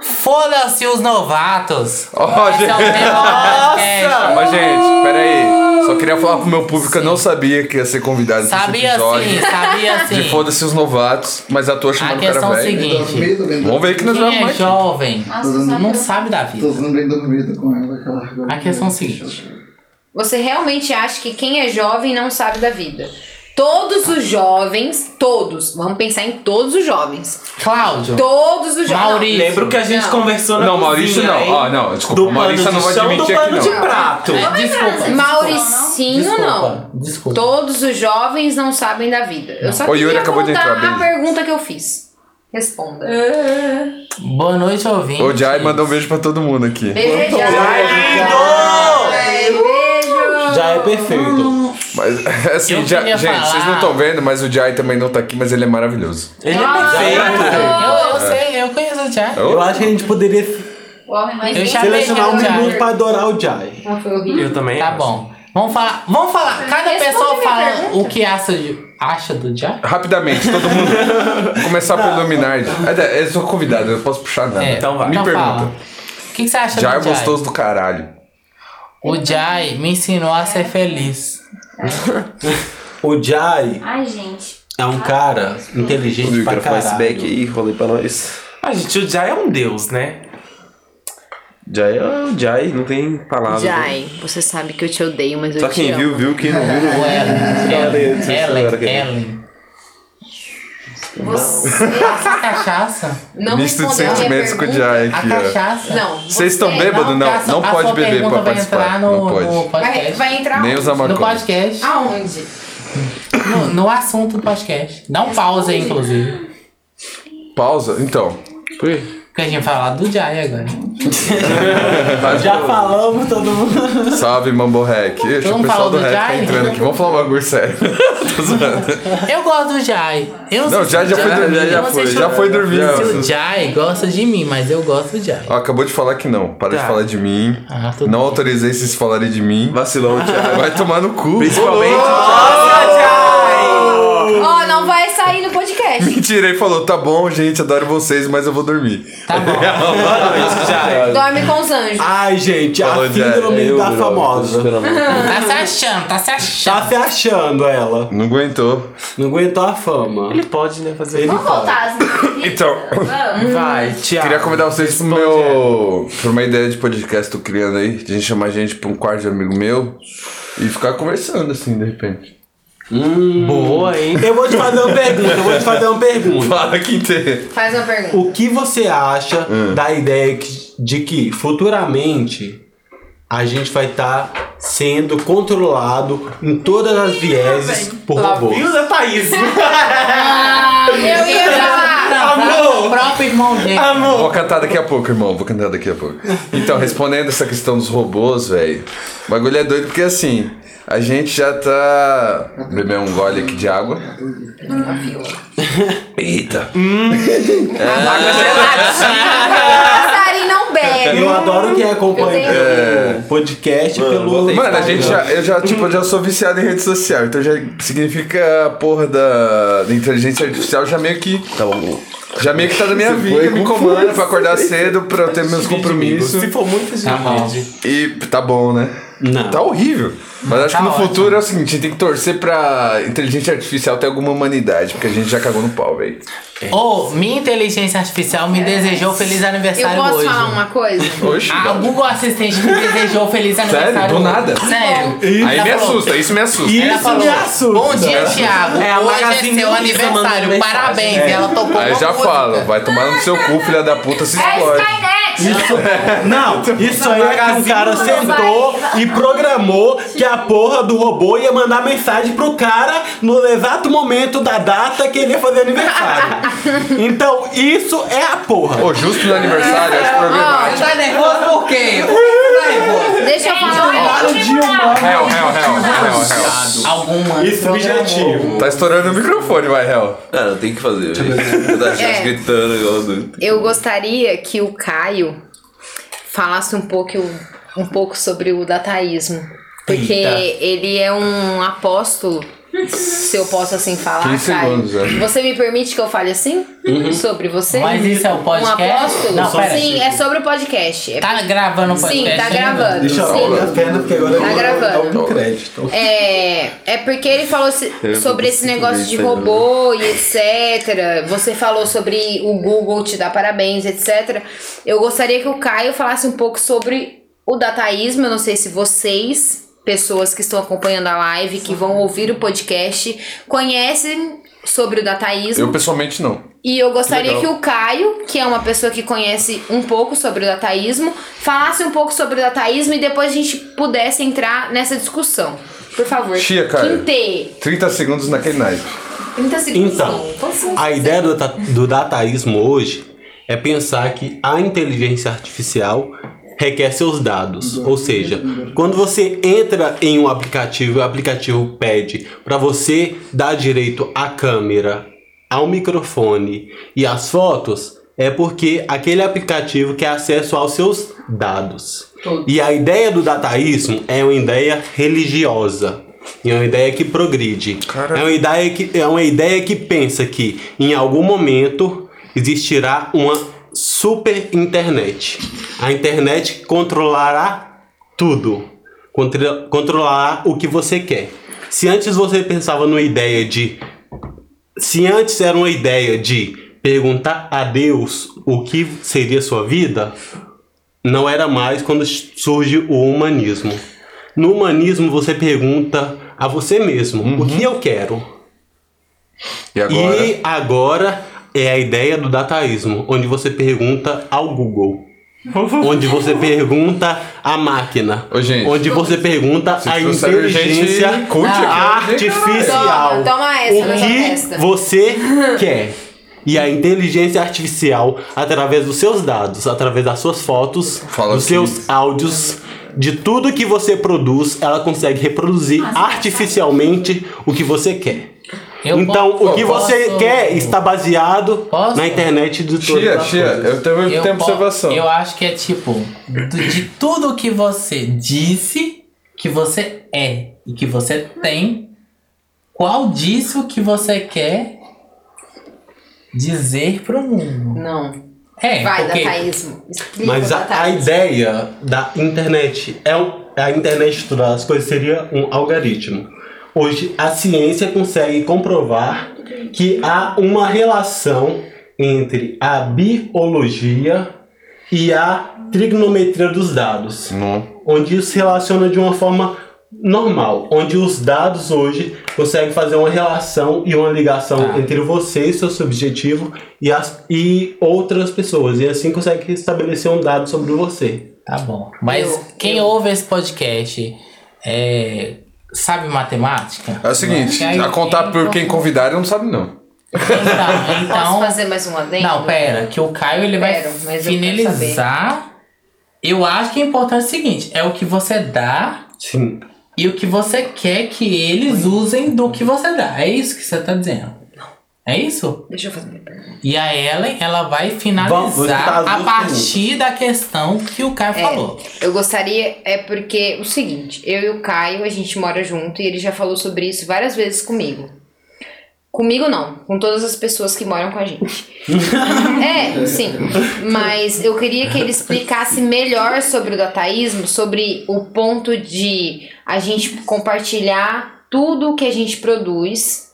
B: Foda-se os novatos.
G: Ó,
B: Esse é o
G: gente.
B: melhor podcast.
G: Mas, É, gente, peraí. Só queria falar pro meu público que eu não sabia que ia ser convidado nesse
B: Sabia
G: episódio.
B: sim, sabia sim.
G: De foda-se os novatos, mas à toa
B: A
G: chamando o cara
B: questão é o
G: velho.
B: seguinte:
G: Vamos ver que nós vamos
B: quem é
G: mais.
B: jovem
D: Nossa,
E: Todo
D: só
B: não
D: pra-
B: sabe da
E: Tô
B: vida.
E: lembrando do medo com ela, aquela agora.
B: A questão é o seguinte.
I: Você realmente acha que quem é jovem não sabe da vida? Todos os jovens, todos, vamos pensar em todos os jovens.
B: Cláudio,
I: Todos os jovens.
B: Maurício.
A: Lembro que a gente
I: Não.
A: conversou na
G: Não, Maurício
A: cozinha,
G: não.
A: hein?
G: Ó, não, desculpa,
A: Do
G: Maurício
A: pano
G: não vai
A: de chão,
G: admitir
A: do
G: aqui,
A: pano
G: não.
A: de prato.
B: É, desculpa.
I: Mauricinho não.
B: Desculpa, desculpa.
I: Todos os jovens não sabem da vida. Eu só
G: O Yuri
I: queria
G: acabou de
I: voltar
G: entrar,
I: a
G: beijo.
I: pergunta que eu fiz. Responda. assim?
B: Boa noite, ouvinte.
G: O Jai mandou um beijo pra todo mundo aqui.
I: Beijo,
A: Lindo!
F: Já é perfeito.
G: Mas,
B: Eu
G: assim, já,
B: queria
G: gente,
B: falar-
G: vocês não estão vendo, mas o Jai também não tá aqui, mas ele é maravilhoso.
A: Ele
F: Ah,
A: é perfeito.
B: Eu, eu sei, eu conheço o Jai.
F: Eu acho que a gente poderia
D: O homem mais
B: Eu
D: lindo
B: já
D: do
F: selecionar um
A: Tá
D: mundo.
B: Jai.
F: minuto pra adorar o Jai.
I: Ah, foi horrível.
A: Eu também.
B: Tá
A: acho.
B: bom. Vamos falar, vamos falar. Cada
D: Responde
B: pessoa
D: minha
B: fala
D: pergunta.
B: o que acha, de- acha do Jai.
G: Rapidamente, todo mundo. começar pelo Luminardi. É, eu sou convidado, eu não posso puxar nada.
B: É,
A: então vai.
G: Me
B: fala.
G: pergunta.
B: O que, que você acha
G: Jai é
B: do Jai?
G: gostoso do caralho.
B: O Jai me ensinou a ser feliz.
F: O Jai
D: Ai, gente.
F: é um cara inteligente pra
G: é
F: caralho.
J: e rolei pra nós.
A: Ah, gente, o Jai é um deus, né?
J: Jai é
G: ah,
J: o Jai, não tem palavra.
I: Jai, você sabe que eu te odeio, mas eu
J: Só
I: te
J: quem
I: amo.
J: viu, viu. Quem não viu, não
B: O Ellen.
J: Ellen,
B: Ellen.
J: você agora
B: Ellen.
J: que-
B: Ellen.
I: Você
B: A cachaça?
I: não
G: Misto de
I: respondeu a minha
G: sentimentos com o
I: pergunta.
G: Jai
B: A
G: aqui, ó.
B: cachaça?
I: Não.
G: Vocês estão
I: você-
G: bêbados?
B: porque a
G: Não,
B: sua-
G: não
B: a
G: pode
B: sua
G: beber
B: pergunta
G: pra
B: vai
G: participar.
B: entrar no,
G: Não
B: no
G: pode.
I: Vai,
B: podcast.
I: vai Ah, entrar
G: Nem
I: onde?
G: usar
B: No
G: maconha.
B: podcast.
I: aonde? hum.
B: No, no assunto do podcast. Dá um pausa aí, inclusive.
G: Pausa? Então.
B: Porque a gente vai falar do Jai agora.
F: Já falamos, todo mundo.
G: Salve, Mambo Hack. Ixi,
B: Todo
G: o
B: mundo
G: pessoal
B: falou
G: do
B: do
G: Hack tá
B: Jai?
G: entrando aqui. Vamos falar um bagulho sério. Tô zoando.
B: Eu gosto do Jai. Eu não,
G: Não,
B: sei
G: já, já foi
B: Jai-
G: dormir.
B: eu
G: Já
B: não
G: foi,
B: sei se
G: já
B: o-
G: foi dormir.
B: Se o Jai gosta de mim, mas eu gosto do Jai.
G: Ó, acabou de falar que não. Para de
A: Tá.
G: falar de mim.
B: Ah, tudo
G: não
B: bem.
G: autorizei vocês falarem de mim.
J: Vacilão, Thiago.
G: Vai tomar no cu.
J: Principalmente.
I: Oh! Ó, não vai sair no podcast.
G: Mentira, ele falou, tá bom, gente, adoro vocês, mas eu vou dormir.
B: Tá bom.
I: Dorme com os anjos.
F: Ai, gente,
G: Falou,
F: a
G: Jai.
F: síndrome
J: Eu,
F: da
J: bro,
F: famosa.
J: tô esperando.
B: Tá se achando, tá se
F: Tá
B: achando.
F: se achando ela.
G: Não aguentou.
F: Não aguentou a fama.
A: Ele pode, né, fazer
F: Ele
D: Vamos voltar às entrevistas?
G: Então.
D: Vamos.
A: Vai,
B: Tá
A: Thiago.
G: Queria convidar vocês pro meu. pra uma ideia de podcast que tô criando aí. De gente chamar gente pra um quarto de amigo meu e ficar conversando assim, de repente.
A: Boa, hein?
F: Eu vou te fazer uma pergunta, eu vou te fazer uma pergunta.
G: Fala que tem.
I: Faz uma pergunta.
F: O que você acha
G: Ah.
F: da ideia que- de que futuramente a gente vai estar sendo controlado em todas as vieses por
B: Tá
A: Lá
F: robôs?
A: viu, né, Thaís?
I: Eu ia falar.
B: é? Amor! O próprio irmão dele.
G: Vou cantar daqui a pouco, irmão. Vou cantar daqui a pouco. Então, respondendo essa questão dos robôs, velho. O bagulho é doido porque assim. A gente já tá. Beber um gole aqui de água. Eita.
I: Passarinho não bebe.
F: Eu adoro quem acompanha
G: Eu
F: o podcast pelo.
G: É. Mano, a gente já, eu já, tipo, eu já sou viciado em rede social, então já significa a porra da, da inteligência artificial já meio que.
J: Tá bom.
G: Já meio que tá na minha vida, me comanda pra acordar cedo, pra eu ter meus compromissos.
A: Se for muito,
B: Tá bom.
G: E tá bom, né?
F: Não.
G: Tá horrível. Mas acho
B: Tá
G: que no
B: ótimo.
G: futuro é o seguinte, a gente tem que torcer pra inteligência artificial ter alguma humanidade, porque a gente já cagou no pau, velho.
B: Ô, minha inteligência artificial me desejou feliz
I: É.
H: É
I: Eu
B: aniversário
I: posso
B: hoje.
H: né?
I: falar um uma coisa?
G: Oxe,
B: A
G: não.
B: Google Assistente me desejou feliz aniversário.
G: do
B: hoje.
G: nada?
B: Sério.
G: Aí
B: Ela
G: me
B: falou-
G: assusta, isso me assusta.
F: Isso
B: Ela falou,
F: me assusta.
B: bom dia, Thiago.
A: É, a
B: Hoje é
A: Magazine
B: seu
A: Luiza mandou
B: aniversário.
A: mensagem.
B: Parabéns.
A: É.
B: Ela tocou
G: Aí
B: uma
G: já
B: música.
G: fala, vai tomar no seu cu, filha da puta, se
D: É
G: explode.
D: Skynet!
F: Isso, não,
H: Então,
F: isso aí é que um cara sentou e programou que a porra do robô ia mandar mensagem pro cara no exato momento da data que ele ia fazer aniversário. Então, isso é a porra.
G: Pô, justo no aniversário, acho problemático.
B: Tá nervoso por quê?
I: Deixa eu falar um uma
F: Nada de humano.
G: Hell, hell, hell, hell, hell.
B: Alguma.
F: Isso
H: então,
F: é subjetivo.
G: Tá estourando o microfone, vai, hell.
J: Cara, tem que fazer, velho. Tá
I: É.
J: gritando igual doido.
I: Eu gostaria que o Caio falasse um pouco, um pouco sobre o dataísmo. Porque
B: Eita.
I: ele é um apóstolo Se eu posso assim
B: Ah,
I: falar,
G: 15
I: Caio.
G: segundos, é.
I: Você me permite que eu fale assim?
H: Uhum.
I: Sobre você?
B: Mas isso é um
I: Um
B: podcast?
I: apóstolo?
B: Não, pera.
I: Sim, é sobre o podcast. É-
B: Tá gravando o podcast?
I: Sim, tá
B: ainda?
I: gravando.
H: Deixa eu
I: Sim.
H: olhar a perna, porque agora
I: Tá
H: eu-
I: gravando.
H: é o crédito.
I: É, é porque ele falou se- sobre esse negócio de robô e etc. Você falou sobre o Google te dar parabéns, etc. Eu gostaria que o Caio falasse um pouco sobre o dataísmo. Eu não sei se vocês, pessoas que estão acompanhando a live, que vão ouvir o podcast, conhecem sobre o dataísmo.
G: Eu pessoalmente não.
I: E eu gostaria que,
G: Legal.
I: o Caio, que é uma pessoa que conhece um pouco sobre o dataísmo, falasse um pouco sobre o dataísmo e depois a gente pudesse entrar nessa discussão. Por favor.
G: Chia, Caio.
I: Quinte,
G: 30 segundos naquele night.
I: 30 segundos.
F: Então, a ideia do, ta- do dataísmo hoje é pensar que a inteligência artificial requer seus dados. Ou seja, quando você entra em um aplicativo, o aplicativo pede para você dar direito à câmera, ao microfone e às fotos, é porque aquele aplicativo quer acesso aos seus dados. E a ideia do dataísmo é uma ideia religiosa. E é uma ideia que progride. É uma ideia que, é uma ideia que pensa que em algum momento existirá uma super internet. A internet controlará tudo. Contra- controlará o que você quer. Se antes você pensava numa ideia de. Se antes era uma ideia de perguntar a Deus o que seria sua vida, não era mais quando surge o humanismo. No humanismo você pergunta a você mesmo o que eu quero.
G: E agora?
F: E agora é a ideia do dataísmo, onde você pergunta ao Google. onde você pergunta à máquina.
G: Ô, gente.
F: onde você pergunta
G: Se
F: à
G: tu sabe,
F: inteligência
G: gente, curte
I: Toma,
F: artificial.
I: toma essa
F: o
I: nessa
F: que
I: festa.
F: você quer. E a inteligência artificial, através dos seus dados, através das suas fotos,
G: Fala
F: dos
G: assim.
F: seus áudios, de tudo que você produz, ela consegue reproduzir artificialmente
I: tá
F: o que você quer.
B: Eu
F: então,
B: posso-
F: o que
B: eu
F: você
B: posso-
F: quer está baseado
B: Posso?
F: na internet de todas
G: Chia,
F: as
G: chia,
F: coisas.
G: eu tenho, eu
B: Eu
G: tenho
B: po-
G: observação.
B: Eu acho que é tipo, do- de tudo que você disse, que você é e que você tem, qual disso que você quer dizer pro mundo?
I: Não.
B: É,
I: Vai,
B: porque
I: dataísmo. Explica
F: Mas
I: o
F: a, a
I: dataísmo.
F: ideia da internet é um- a internet estudar as coisas seria um algoritmo. Hoje a ciência consegue comprovar que há uma relação entre a biologia e a trigonometria dos dados,
G: Não.
F: onde isso se relaciona de uma forma normal, onde os dados hoje conseguem fazer uma relação e uma ligação
B: Tá.
F: entre você e seu subjetivo e, as, e outras pessoas, e assim consegue estabelecer um dado sobre você.
B: Tá bom. Mas
I: Eu-
B: quem ouve esse podcast é, sabe matemática?
G: É o seguinte,
B: Não, que aí
G: a contar
B: quem-
G: por quem convidaram não sabe não.
B: Então,
I: Posso
B: então
I: fazer mais um adendo?
B: Não, pera, que o Caio ele vai
I: Quero, mas eu quero
B: finalizar. Eu acho que é importante o seguinte: é o que você dá
F: Sim.
B: e o que você quer que eles usem do que você dá. É isso que você tá dizendo. É isso?
I: Deixa eu fazer um minha pergunta.
B: E a Ellen, ela vai
F: Vamos, vou
B: finalizar
F: escutar as
B: a
F: duas
B: partir da questão que o
I: É.
B: Caio falou.
I: Eu gostaria, é porque o seguinte, eu e o Caio, a gente mora junto e ele já falou sobre isso várias vezes comigo. Comigo não, com todas as pessoas que moram com a gente. é, sim. Mas eu queria que ele explicasse melhor sobre o dataísmo, sobre o ponto de a gente compartilhar tudo o que a gente produz.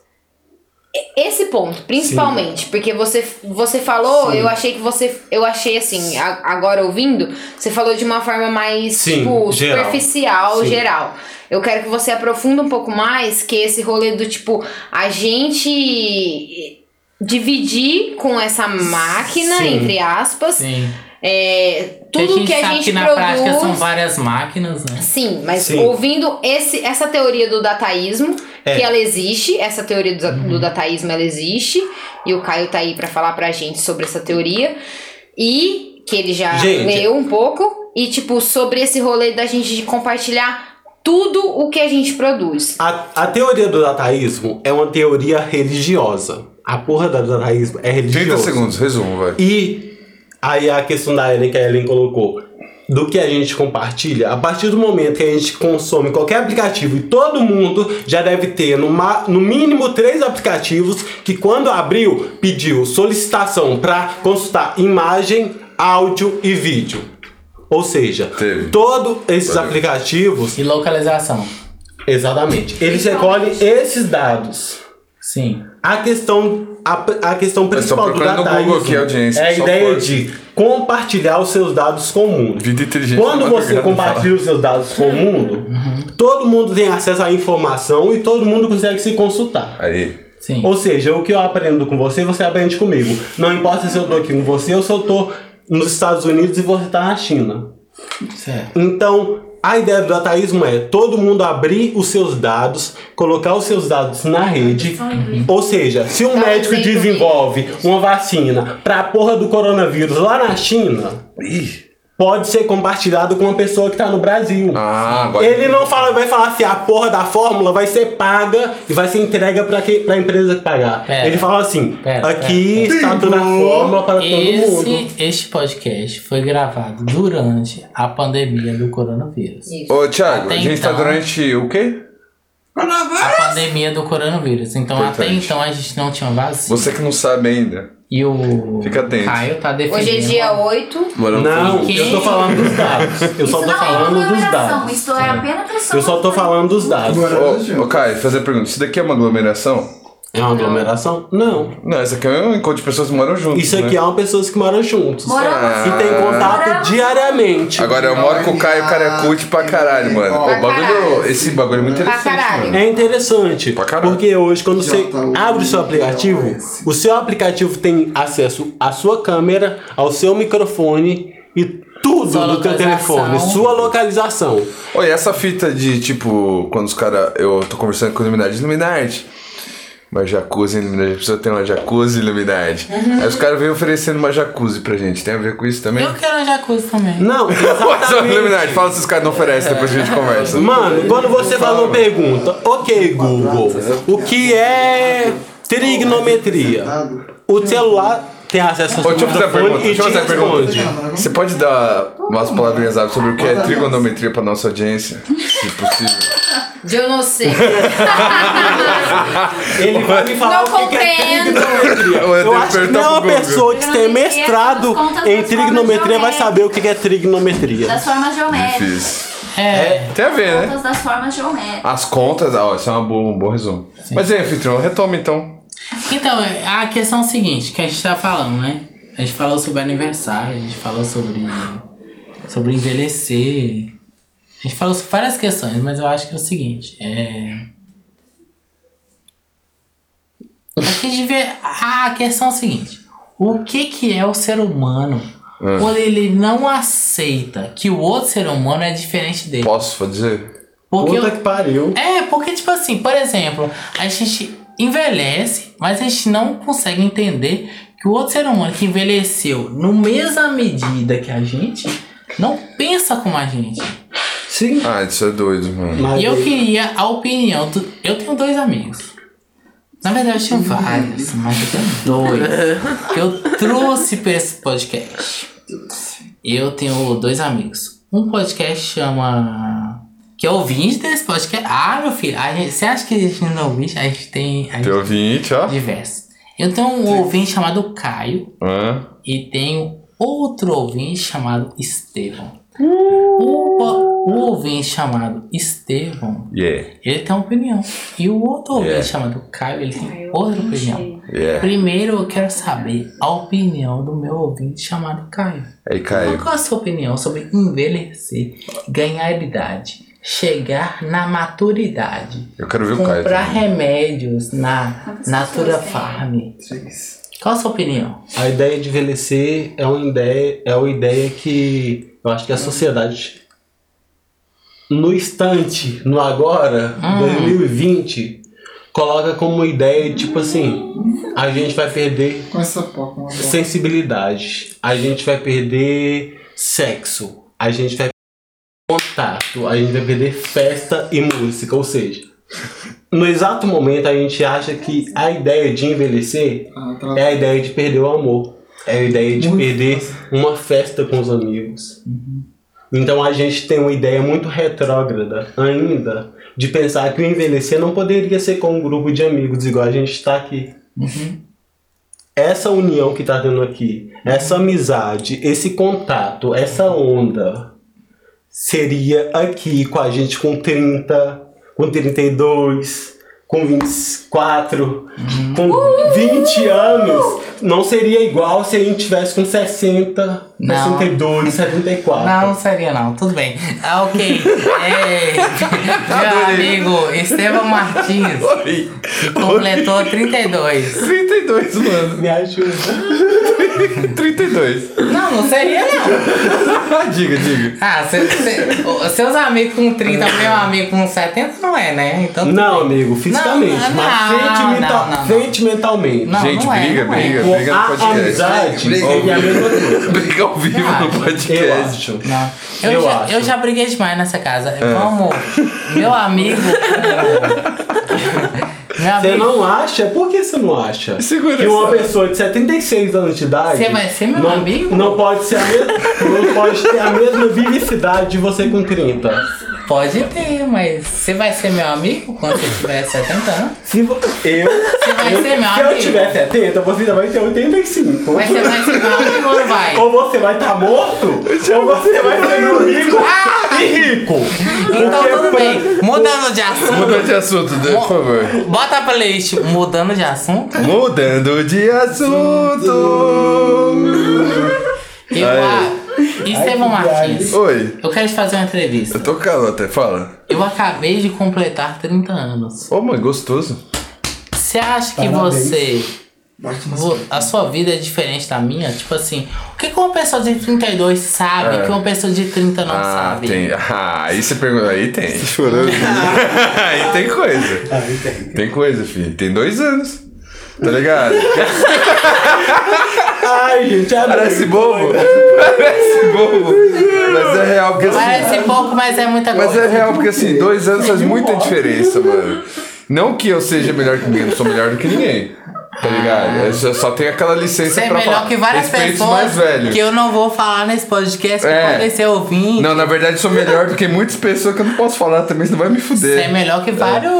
I: E- Esse ponto, principalmente, porque você, você falou, eu achei que você. Eu achei assim, a- agora ouvindo, você falou de uma forma mais
F: Sim,
I: tipo,
F: geral.
I: superficial,
F: Sim.
I: geral. Eu quero que você aprofunda um pouco mais que esse rolê do tipo, a gente dividir com essa máquina,
F: Sim.
I: entre aspas,
B: Sim.
I: é,
B: Porque
I: tudo que a
B: sabe
I: gente
B: que na prática são
I: produz.
B: várias máquinas, né?
I: Sim, mas
F: Sim.
I: ouvindo esse, essa teoria do dataísmo,
F: É.
I: que ela existe, essa teoria do, do dataísmo ela existe, e o Caio tá aí pra falar pra gente sobre essa teoria, e que ele já
F: Gente.
I: leu um pouco, e tipo, sobre esse rolê da gente de compartilhar tudo o que a gente produz.
F: A, a teoria do dataísmo é uma teoria religiosa. A porra do dataísmo é
G: 30
F: religiosa.
G: segundos, resumo, vai.
F: E aí a questão da Ellen que a Ellen colocou. do que a gente compartilha, a partir do momento que a gente consome qualquer aplicativo e todo mundo já deve ter no, ma- no mínimo três aplicativos que quando abriu pediu solicitação para consultar imagem, áudio e vídeo. Ou seja,
G: Teve.
F: todos esses aplicativos,
B: E localização.
F: exatamente, eles recolhem esses dados.
B: Sim.
F: A questão, a, a questão
G: Mas só
F: principal do
G: procura no
F: data
G: Google
F: ISO
G: aqui, audiência,
F: é a
G: só
F: ideia
G: pode.
F: de compartilhar os seus dados com o mundo.
G: Vida inteligente.
F: Quando
G: tá
F: você
G: madrugada,
F: compartilha os seus dados com o mundo, todo mundo tem acesso à informação e todo mundo consegue se consultar.
G: fala. Aí.
B: Sim.
F: Ou seja, o que eu aprendo com você, você aprende comigo. Não importa se eu tô aqui com você ou se eu tô nos Estados Unidos e você tá na China.
B: Certo.
F: Então, a ideia do dataísmo é todo mundo abrir os seus dados, colocar os seus dados na rede. Ou seja, se um
I: Dá um
F: médico
I: exemplo
F: desenvolve uma vacina pra porra do coronavírus lá na China, pode ser compartilhado com uma pessoa que tá no Brasil.
G: Ah, agora.
F: Ele não fala, vai falar assim, a porra da fórmula vai ser paga e vai ser entrega pra, que, pra empresa que pagar.
D: É.
B: Pera.
F: Ele fala assim,
B: Pera,
F: aqui
G: pera.
F: está toda a fórmula para todo mundo.
B: Esse, este podcast foi gravado durante a pandemia do coronavírus.
I: Isso.
G: Ô, Thiago,
B: Até
G: a gente tá
B: então.
G: durante o quê?
B: A pandemia do coronavírus. Então, até
G: Importante.
B: então, a gente não tinha vacina.
G: Você que não sabe ainda.
B: E o
G: Fica atento.
B: Caio tá defendendo.
I: Hoje é dia 8.
A: Morando
F: Não,
B: Quem?
F: eu tô falando dos dados. Eu só tô
D: isso não é
F: falando dos
D: aglomeração,
F: dados.
D: isso é apenas pressão.
F: Eu só tô falando dos dados.
E: Agora-
G: Ô, ô, Caio, fazer a pergunta. Isso daqui é uma aglomeração?
F: É uma aglomeração? Não.
G: Não, isso aqui é um encontro de pessoas que moram juntas.
F: Isso aqui
G: né?
F: é uma pessoas que moram juntos.
I: Ah.
D: Moramos.
F: E tem contato tipo, diariamente.
G: Agora eu moro com o Caio, o cara é cult pra caralho, mano.
E: Pra
G: Ô, o bagulho,
I: Ah, caralho.
G: Esse bagulho é muito
I: Pra
G: interessante.
I: caralho.
G: mano.
F: É interessante,
G: Pra caralho.
F: porque hoje quando você
E: Idiota,
F: abre o seu aplicativo,
E: idiota.
F: o seu aplicativo tem acesso à sua câmera, ao seu microfone e tudo
B: Sua
F: do teu
B: localização.
F: telefone, sua localização.
G: Oi, essa fita de tipo, quando os caras. Eu tô conversando com o Illuminati, Illuminati. Uma jacuzzi, Illuminati, a pessoa tem uma jacuzzi, Illuminati.
I: Uhum.
G: Aí os caras vêm oferecendo uma jacuzzi pra gente. Tem a ver com isso também?
B: Eu quero a jacuzzi também.
F: Não,
G: Mas, ô, Illuminati,
F: exatamente.
G: fala se os caras não oferecem, depois a gente conversa.
F: Mano, quando você faz uma pergunta, ok Google, o que é trigonometria? O celular tem acesso ao
G: Ô, deixa
F: seu
G: eu fazer a pergunta,
F: telefone e
G: deixa eu
F: te
G: fazer a pergunta.
F: responde.
G: Você pode dar umas palavrinhas rápidas sobre o que é trigonometria pra nossa audiência? Se possível.
I: De eu não sei.
F: Ele vai me falar
I: Não
F: o que que é
I: compreendo.
F: trigonometria.
G: Eu
F: Eu
G: tenho que
F: acho que
G: perguntar
F: nem
G: pro
F: uma
G: Google.
F: pessoa que tem
D: Trigonometria,
F: mestrado
D: contas
F: em
D: das
F: trigonometria
D: formas
F: vai
D: geométricas.
F: saber o que que é trigonometria.
D: Das formas geométricas.
G: Difícil.
B: É,
G: Tem a ver, né?
D: Contas das formas geométricas.
G: As contas, ó, isso é uma boa, um bom resumo. Mas aí, anfitrião, retoma então.
B: Então, a questão é a seguinte, que a gente tá falando, né? A gente falou sobre aniversário, a gente falou sobre, sobre envelhecer. A gente falou sobre várias questões, mas eu acho que é o seguinte, é... Acho que a gente vê- A questão é a seguinte, o que que é o ser humano quando ele não aceita que o outro ser humano é diferente dele?
G: Posso fazer?
B: Porque
F: Puta que pariu.
B: é, porque, tipo assim, por exemplo, a gente envelhece, mas a gente não consegue entender que o outro ser humano que envelheceu no mesma medida que a gente não pensa como a gente.
F: Sim.
G: Ah, isso é doido, mano.
B: E eu queria a opinião do. Eu tenho dois amigos. Na verdade, eu tinha vários, mas eu tenho dois. que eu trouxe pra esse podcast. Eu tenho dois amigos. Um podcast chama. Que é ouvinte desse podcast. Ah, meu filho, a gente- você acha que a gente não é ouvinte? A gente tem. A gente
G: Teu ouvinte, ó.
B: tem diversos. Eu tenho um ouvinte chamado Caio.
G: Hã?
B: E tenho outro ouvinte chamado Estevão. O, po- o ouvinte chamado Estevão,
G: Yeah,
B: ele tem uma opinião. E o outro ouvinte
G: Yeah.
B: chamado Caio, ele tem outra opinião.
G: yeah.
B: Primeiro eu quero saber a opinião do meu ouvinte chamado Caio.
G: Aí,
B: Qual
G: Caio.
B: que é a sua opinião sobre envelhecer, ganhar idade, chegar na maturidade,
G: Eu quero ver o Caio.
B: comprar
G: também.
B: remédios na
D: Quantas
B: Natura
D: pessoas tem?
B: Farm? Qual a sua opinião?
F: A ideia de envelhecer é uma ideia, é uma ideia que eu acho que a sociedade no instante, no agora,
D: Hum.
F: 2020, coloca como uma ideia tipo assim, a gente vai perder
E: Com essa porca, uma boa.
F: sensibilidade, a gente vai perder sexo, a gente vai perder contato, a gente vai perder festa e música, ou seja, no exato momento a gente acha que a ideia de envelhecer
E: Ah, tá.
F: é a ideia de perder o amor. É a ideia de
E: Muito
F: perder uma festa com os amigos. Então a gente tem uma ideia muito retrógrada ainda de pensar que o envelhecer não poderia ser com um grupo de amigos igual a gente está aqui. Essa união que está tendo aqui, essa amizade, esse contato, essa onda seria aqui com a gente com 30, com 32, com 24, com 20 anos. Não seria igual se a gente tivesse com 60,
B: Não.
F: 62, 74.
B: Não, não seria não, tudo bem. Ah, ok. É, meu
G: Adorei.
B: amigo Estevão Martins
G: Oi.
B: completou 32.
G: 32, mano.
F: Me ajuda.
G: 32.
B: Não, não seria não.
G: diga, diga.
B: Ah, se- se- o- seus amigos com 30, meu amigo com 70 não é, né? Então,
F: Não, amigo, fisicamente,
B: Não, não,
F: mas
B: não,
F: sentimental-
B: não, não, não.
F: sentimentalmente.
B: Não,
G: Gente,
B: não é,
G: briga,
B: não é.
G: briga,
F: Com
G: briga no
F: a
G: podcast.
F: amizade
E: Briga.
F: seria a mesma coisa.
G: Briga ao vivo
B: Ah,
G: no
F: Eu
G: podcast.
F: acho.
B: Não. Eu,
F: Eu
B: já,
F: acho.
B: eu já briguei demais nessa casa.
G: É.
B: Vamos. Meu amigo. meu
F: Você
B: amigo.
F: não acha? Por que você não acha?
G: Segura
F: que uma
G: essa.
F: pessoa de 76 anos de idade.
B: Você vai ser meu
F: não,
B: amigo?
F: Não pode, ser a mesma, não pode ter a mesma vivicidade de você com 30.
B: Pode ter, mas você vai ser meu amigo quando você tiver 70 anos?
F: Se vo- eu.
B: Você vai
F: eu-
B: ser meu
F: se eu
B: amigo?
F: tiver 70, você ainda vai ter 85.
B: Mas você vai ser meu amigo ou não vai?
F: Ou você vai estar morto, ou você vai ser um rico
B: Ah!
F: e rico.
B: Então
F: Porque
B: tudo
F: pra-
B: bem. Mudando de assunto.
G: Muda de assunto, Dan, por favor.
B: Bota a playlist mudando de assunto.
G: Mudando de assunto.
B: Eu, a... Estevão Martins,
G: Oi,
B: eu quero te fazer uma entrevista.
G: eu tô calota, fala.
B: Eu acabei de completar 30 anos.
G: Ô, mãe, gostoso.
B: Você acha que
F: Parabéns.
B: você
E: Bate umas
B: Vo- A sua vida é diferente da minha? Tipo assim, o que que uma pessoa de 32 sabe que uma pessoa de 30 não
G: É. Ah,
B: sabe?
G: tem. Ah, aí você pergunta. Aí tem. aí tem coisa.
F: Ah, entendi.
G: Tem coisa, filho. Tem dois anos. Tá ligado?
F: Ai, gente, é
G: Parece
F: doido.
G: bobo. Parece bobo. Mas é real, porque assim.
B: Parece pouco, mas é muita
G: Mas é
B: coisa.
G: real, porque assim, dois anos faz muita diferença, mano. Não que eu seja melhor que ninguém, eu não sou melhor do que ninguém. Tá ligado? Eu só, só tenho aquela licença
B: Você é
G: pra
B: melhor
G: falar.
B: que várias
G: Respeito os
B: pessoas
G: mais velho.
B: que eu não vou falar nesse podcast que
G: É.
B: podem ser ouvintes.
G: Não, na verdade sou melhor do que muitas pessoas que eu não posso falar também, senão vai me
B: Você é
G: fuder.
B: melhor que vários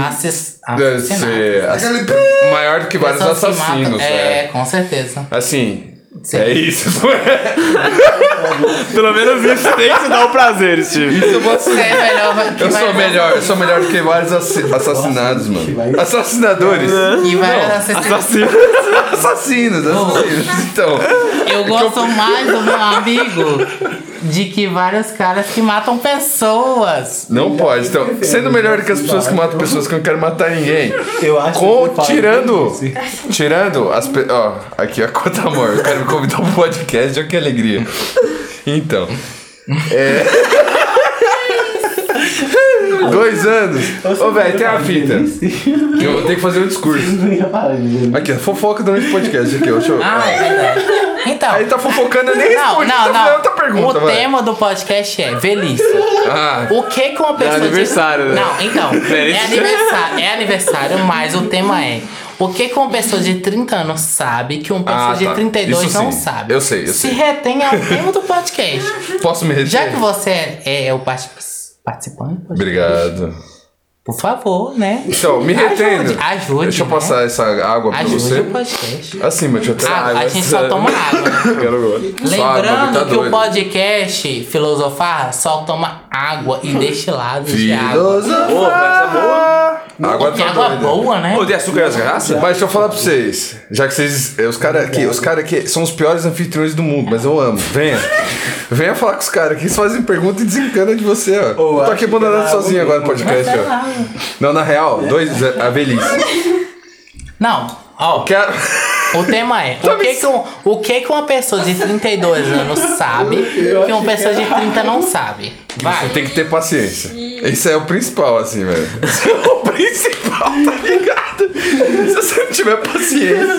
B: assass-
G: Hum. Deve
B: assassinatos.
G: ser ass-
E: Aquele-
G: maior do que vários
B: Pessoas que matam-
G: assassinos.
B: é,
G: é.
B: com certeza.
G: Assim,
B: Sim.
G: é isso.
J: Pelo menos isso tem que se dar o prazer, Steve.
G: isso eu posso
B: Você é melhor que
G: Eu sou
B: vários-
G: melhor, eu sou melhor do que vários assi- assassinados, mano. Assassinadores.
B: Que vários assassinos.
J: Assassino.
G: Assassinos, assassinos. Então,
B: Eu gosto mais do meu amigo de que vários caras que matam pessoas.
G: não pode. Então, sendo melhor do que as pessoas que matam pessoas que eu não quero matar ninguém.
F: Eu acho
G: Com,
F: que eu falei
G: tirando,
F: isso.
G: tirando as pe- ó, aqui a conta amor, eu quero me convidar pro podcast, olha que alegria. Então, é... Dois anos. Ô, velho, tem uma fita. que Eu vou ter que fazer um discurso.
F: Não ia falar, gente.
G: Aqui, ó, fofoca durante o podcast aqui, ó. Deixa eu...
B: Ah, é verdade. Então.
G: Aí tá fofocando, eu nem
B: Não,
G: respondi.
B: não,
G: tá
B: não.
G: fazendo outra pergunta,
B: o
G: vai.
B: tema do podcast é velhice.
G: Ah,
B: O que que uma pessoa. de-
J: aniversário, né?
B: Não, então. É aniversário, é aniversário, mas o tema é. O que que uma pessoa de 30 anos sabe que uma pessoa
G: Ah,
B: de
G: tá.
B: 32
G: Isso
B: não
G: sim.
B: sabe?
G: Eu sei, eu
B: Se
G: sei.
B: retém ao tema do podcast.
G: posso me reter?
B: Já que você é, é o parti- participante,
G: Obrigado.
B: por favor, né?
G: Então, me retendo.
B: Ajude, ajude,
G: Deixa eu
B: né?
G: passar essa água pra
B: Ajude
G: você.
B: o podcast.
G: Assim, mas deixa eu
B: Ah, a gente só toma água. né?
G: Quero tá agora.
B: Lembrando que o podcast Filosofar só toma água e destilado de água.
G: Filosofia.
J: Ô, essa boa.
G: Água
B: Que
G: tá
B: água
G: doida.
B: boa, né?
J: Ô, de açúcar nas garraças?
G: Mas deixa eu falar pra vocês. Já que vocês. é, Os caras aqui, os caras aqui são os piores anfitriões do mundo, mas eu amo. Venha. Venha falar com os caras aqui, eles fazem pergunta e desencana de você, ó.
F: Ô,
G: eu tô
F: acho
G: aqui
F: que
G: abandonado
F: dá
G: sozinho
F: água
G: agora no podcast, ó. Não, na real, dois a velhice.
B: Não, ó,
G: Quero.
B: o tema é
G: Tá
B: o que, que, um- o que que uma pessoa de 32 anos sabe que uma pessoa de 30 não sabe?
G: Você
B: Vai.
G: tem que ter paciência. Isso é o principal, assim, velho. Isso é o principal, tá ligado? Se você não tiver paciência,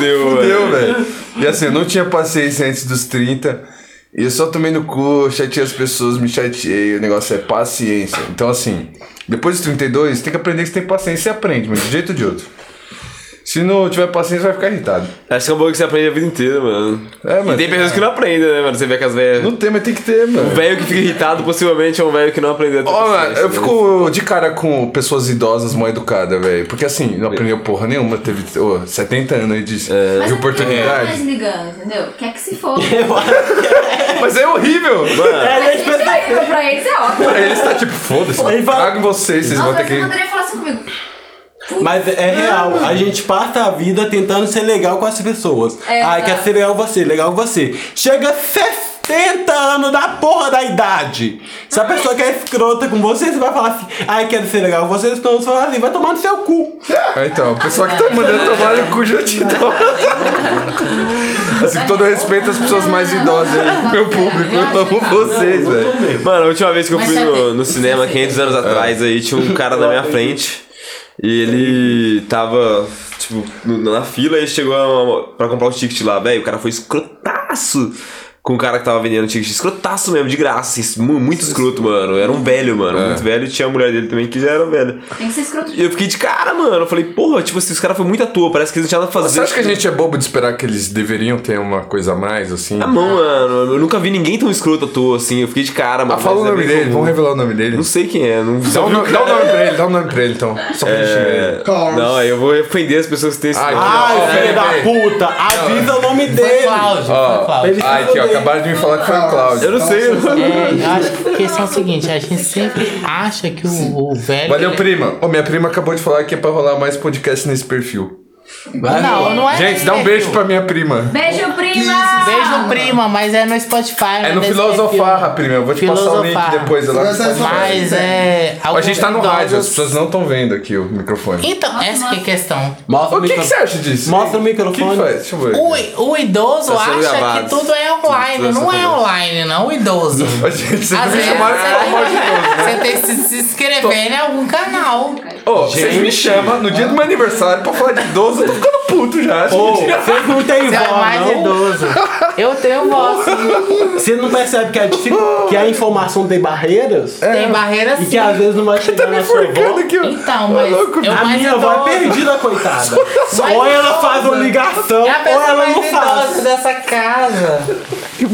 J: Deu,
G: deu, velho. E assim, eu não tinha paciência antes dos 30. E eu só tomei no cu, chateei as pessoas, me chateei. O negócio é paciência. Então, assim, depois dos 32, tem que aprender que você tem paciência. Você aprende, mas de um jeito ou de outro. Se não tiver paciência, vai ficar irritado.
J: Acho que é um bagulho que você aprende a vida inteira, mano.
G: É, mano.
J: E tem pessoas que não aprendem, né, mano? Você vê que as velhas.
G: Não tem, mas tem que ter, mano.
J: O velho que fica irritado possivelmente é um velho que não aprendeu a ter
G: Ó, mano,
J: paciência,
G: eu
J: né?
G: fico de cara com pessoas idosas mal educadas, velho. Porque assim,
J: É.
G: não aprendeu porra nenhuma, teve ô, 70 anos aí de,
D: Mas
G: de
D: é porque ele não tá
G: oportunidade.
D: desligando, entendeu? Quer que se for. Mas
G: Mas é horrível!
D: ele tá indo pra eles, é óbvio.
G: Pra eles tá tipo, foda-se,
F: Ele fala-
G: trago em vocês, vocês vão
D: Nossa,
G: ter
D: você
G: que.
D: poderia falar assim comigo.
F: Mas é real, a gente passa a vida tentando ser legal com as pessoas.
D: É,
F: Ai, quer
D: tá.
F: ser legal com você, legal com você. Chega 70 anos da porra da idade. Se a pessoa quer escrota com você, você vai falar assim, ai, quero ser legal com você, então você vai falar assim, vai tomar no seu cu.
G: Ah, então, o pessoal que tá mandando tomar no cu já te dá. Assim, com todo respeito às pessoas mais idosas aí, meu público, eu amo vocês, velho.
J: né? Mano, a última vez que eu
B: Mas
J: fui
B: sabe-
J: no, no cinema, 500 anos atrás, aí tinha um cara na minha frente. E ele tava, tipo, no- na fila e chegou a- pra comprar o ticket lá, velho. O cara foi escrotaço com o cara que tava vendendo o ticket. Escrotaço mesmo, de graça. assim, mu- muito escroto, mano. Era um velho, mano.
G: É.
J: Muito velho. E tinha a mulher dele também que já era velha.
D: Tem que ser escroto.
J: E eu fiquei de cara, mano. Eu falei, porra, tipo assim, os caras foi muito à toa. Parece que eles não tinham nada a fazer.
G: Você acha que a gente é bobo de esperar que eles deveriam ter uma coisa a mais, assim?
J: Ah, não, mano. Eu nunca vi ninguém tão escroto à toa assim. Eu fiquei de cara, mano.
G: Ah, fala o
J: mas é
G: nome
J: bem
G: dele,
J: comum.
G: vamos revelar o nome dele.
J: Não sei quem é. Não
G: Dá o nome, dá o nome pra ele, dá o nome pra ele então. Só pra gente xingar
J: É.
G: ele.
E: Carlos.
J: Não, eu vou ofender as pessoas que têm esse
G: Ai,
J: nome.
G: Ó, ó,
F: Ai,
G: peraí,
F: filho da
G: peraí.
F: puta, avisa o nome
B: Foi
F: dele.
B: Cláudio, foi
G: Ó,
B: Cláudio.
G: ah, aqui, ó, acabaram de me falar que foi o
J: Eu
G: Cláudio.
J: não sei.
B: É, eu acho que a questão é a seguinte, a gente sempre acha que o, o velho.
G: Valeu, prima. Ô, minha prima acabou de falar que é pra rolar mais podcast nesse perfil.
B: Não, não é.
G: Gente,
B: nesse
G: dá um
B: perfil.
G: beijo pra minha prima.
D: Beijo, prima!
B: Beijo, prima, mas é no Spotify.
G: É
B: não
G: no
B: nesse
G: Filosofarra,
B: perfil.
G: prima. Eu vou te passar o link
B: Filosofarra.
G: depois. Ela
E: Mas é só-
B: Mas é.
G: a gente tá no
B: alguns
G: rádio, as
B: idosos-
G: pessoas não estão vendo aqui o microfone.
B: Então, essa que é a questão.
F: Mostra
G: O que, que
F: micro-
G: você acha disso?
F: Mostra o
G: O que, que
F: microfone.
G: faz? Deixa eu ver. aqui.
B: O, o idoso
J: Tá sendo
B: acha
J: gravado.
B: que tudo é online.
J: Tudo
B: Não
J: sendo
B: é
J: gravado.
B: online, não, o idoso.
G: A gente
B: Às
G: sempre me
B: vezes
G: chamaram de famoso de todos, né?
B: você tem que se- se inscrever em algum canal.
G: Ô, vocês me chamam no dia do meu aniversário pra falar de idoso, eu tô ficando puto já.
F: Ô,
G: gente.
F: vocês não têm
B: Você é
F: vó,
B: mais
F: não?
B: idoso. Eu tenho voz.
F: Você não percebe que a, dific- que a informação tem barreiras?
G: É.
B: Tem barreira
F: E
B: sim.
F: que às vezes não vai chegar na sua avó?
G: tá Forcando aqui, ó.
B: Então, mas eu
F: A
B: mais
F: minha avó é
B: idoso.
F: perdida, coitada. ou ela faz uma ligação,
B: É a
F: ou
B: pessoa
F: ela
B: mais
F: não
B: idosa
F: faz.
B: dessa casa.
G: É,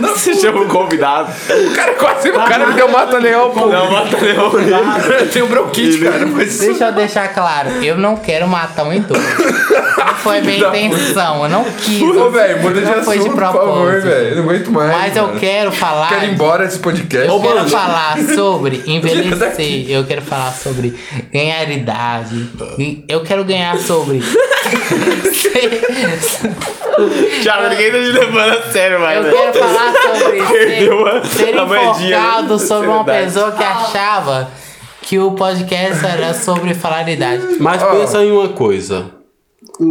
J: Você chama o convidado.
G: Cara, É quase
F: Ah,
G: o cara me deu mata leão, pô. Não, mata leão. Eu tenho bronquite, cara. Mas...
B: Deixa eu deixar claro, eu não quero matar um idoso. Não foi minha intenção, eu não quis.
G: Ô,
F: assim.
G: velho, muda de
B: Não foi de
G: assunto, por favor,
B: propósito.
G: velho. Eu Não aguento mais.
B: Mas é eu
G: mano.
B: quero falar.
G: Quero ir embora desse podcast.
B: Eu quero
F: mano.
B: falar sobre
G: Tira daqui.
B: envelhecer. Eu quero falar sobre ganhar idade. E Eu quero ganhar sobre. ser-
J: Thiago, ninguém tá te levando a sério,
B: eu
J: mano.
B: quero falar sobre
J: Perdeu a-
B: ser, ser
J: a moedinha, né?
B: informado sobre uma
J: Seriedade.
B: pessoa que achava que o podcast era sobre falar idade.
F: Mas pensa em uma coisa.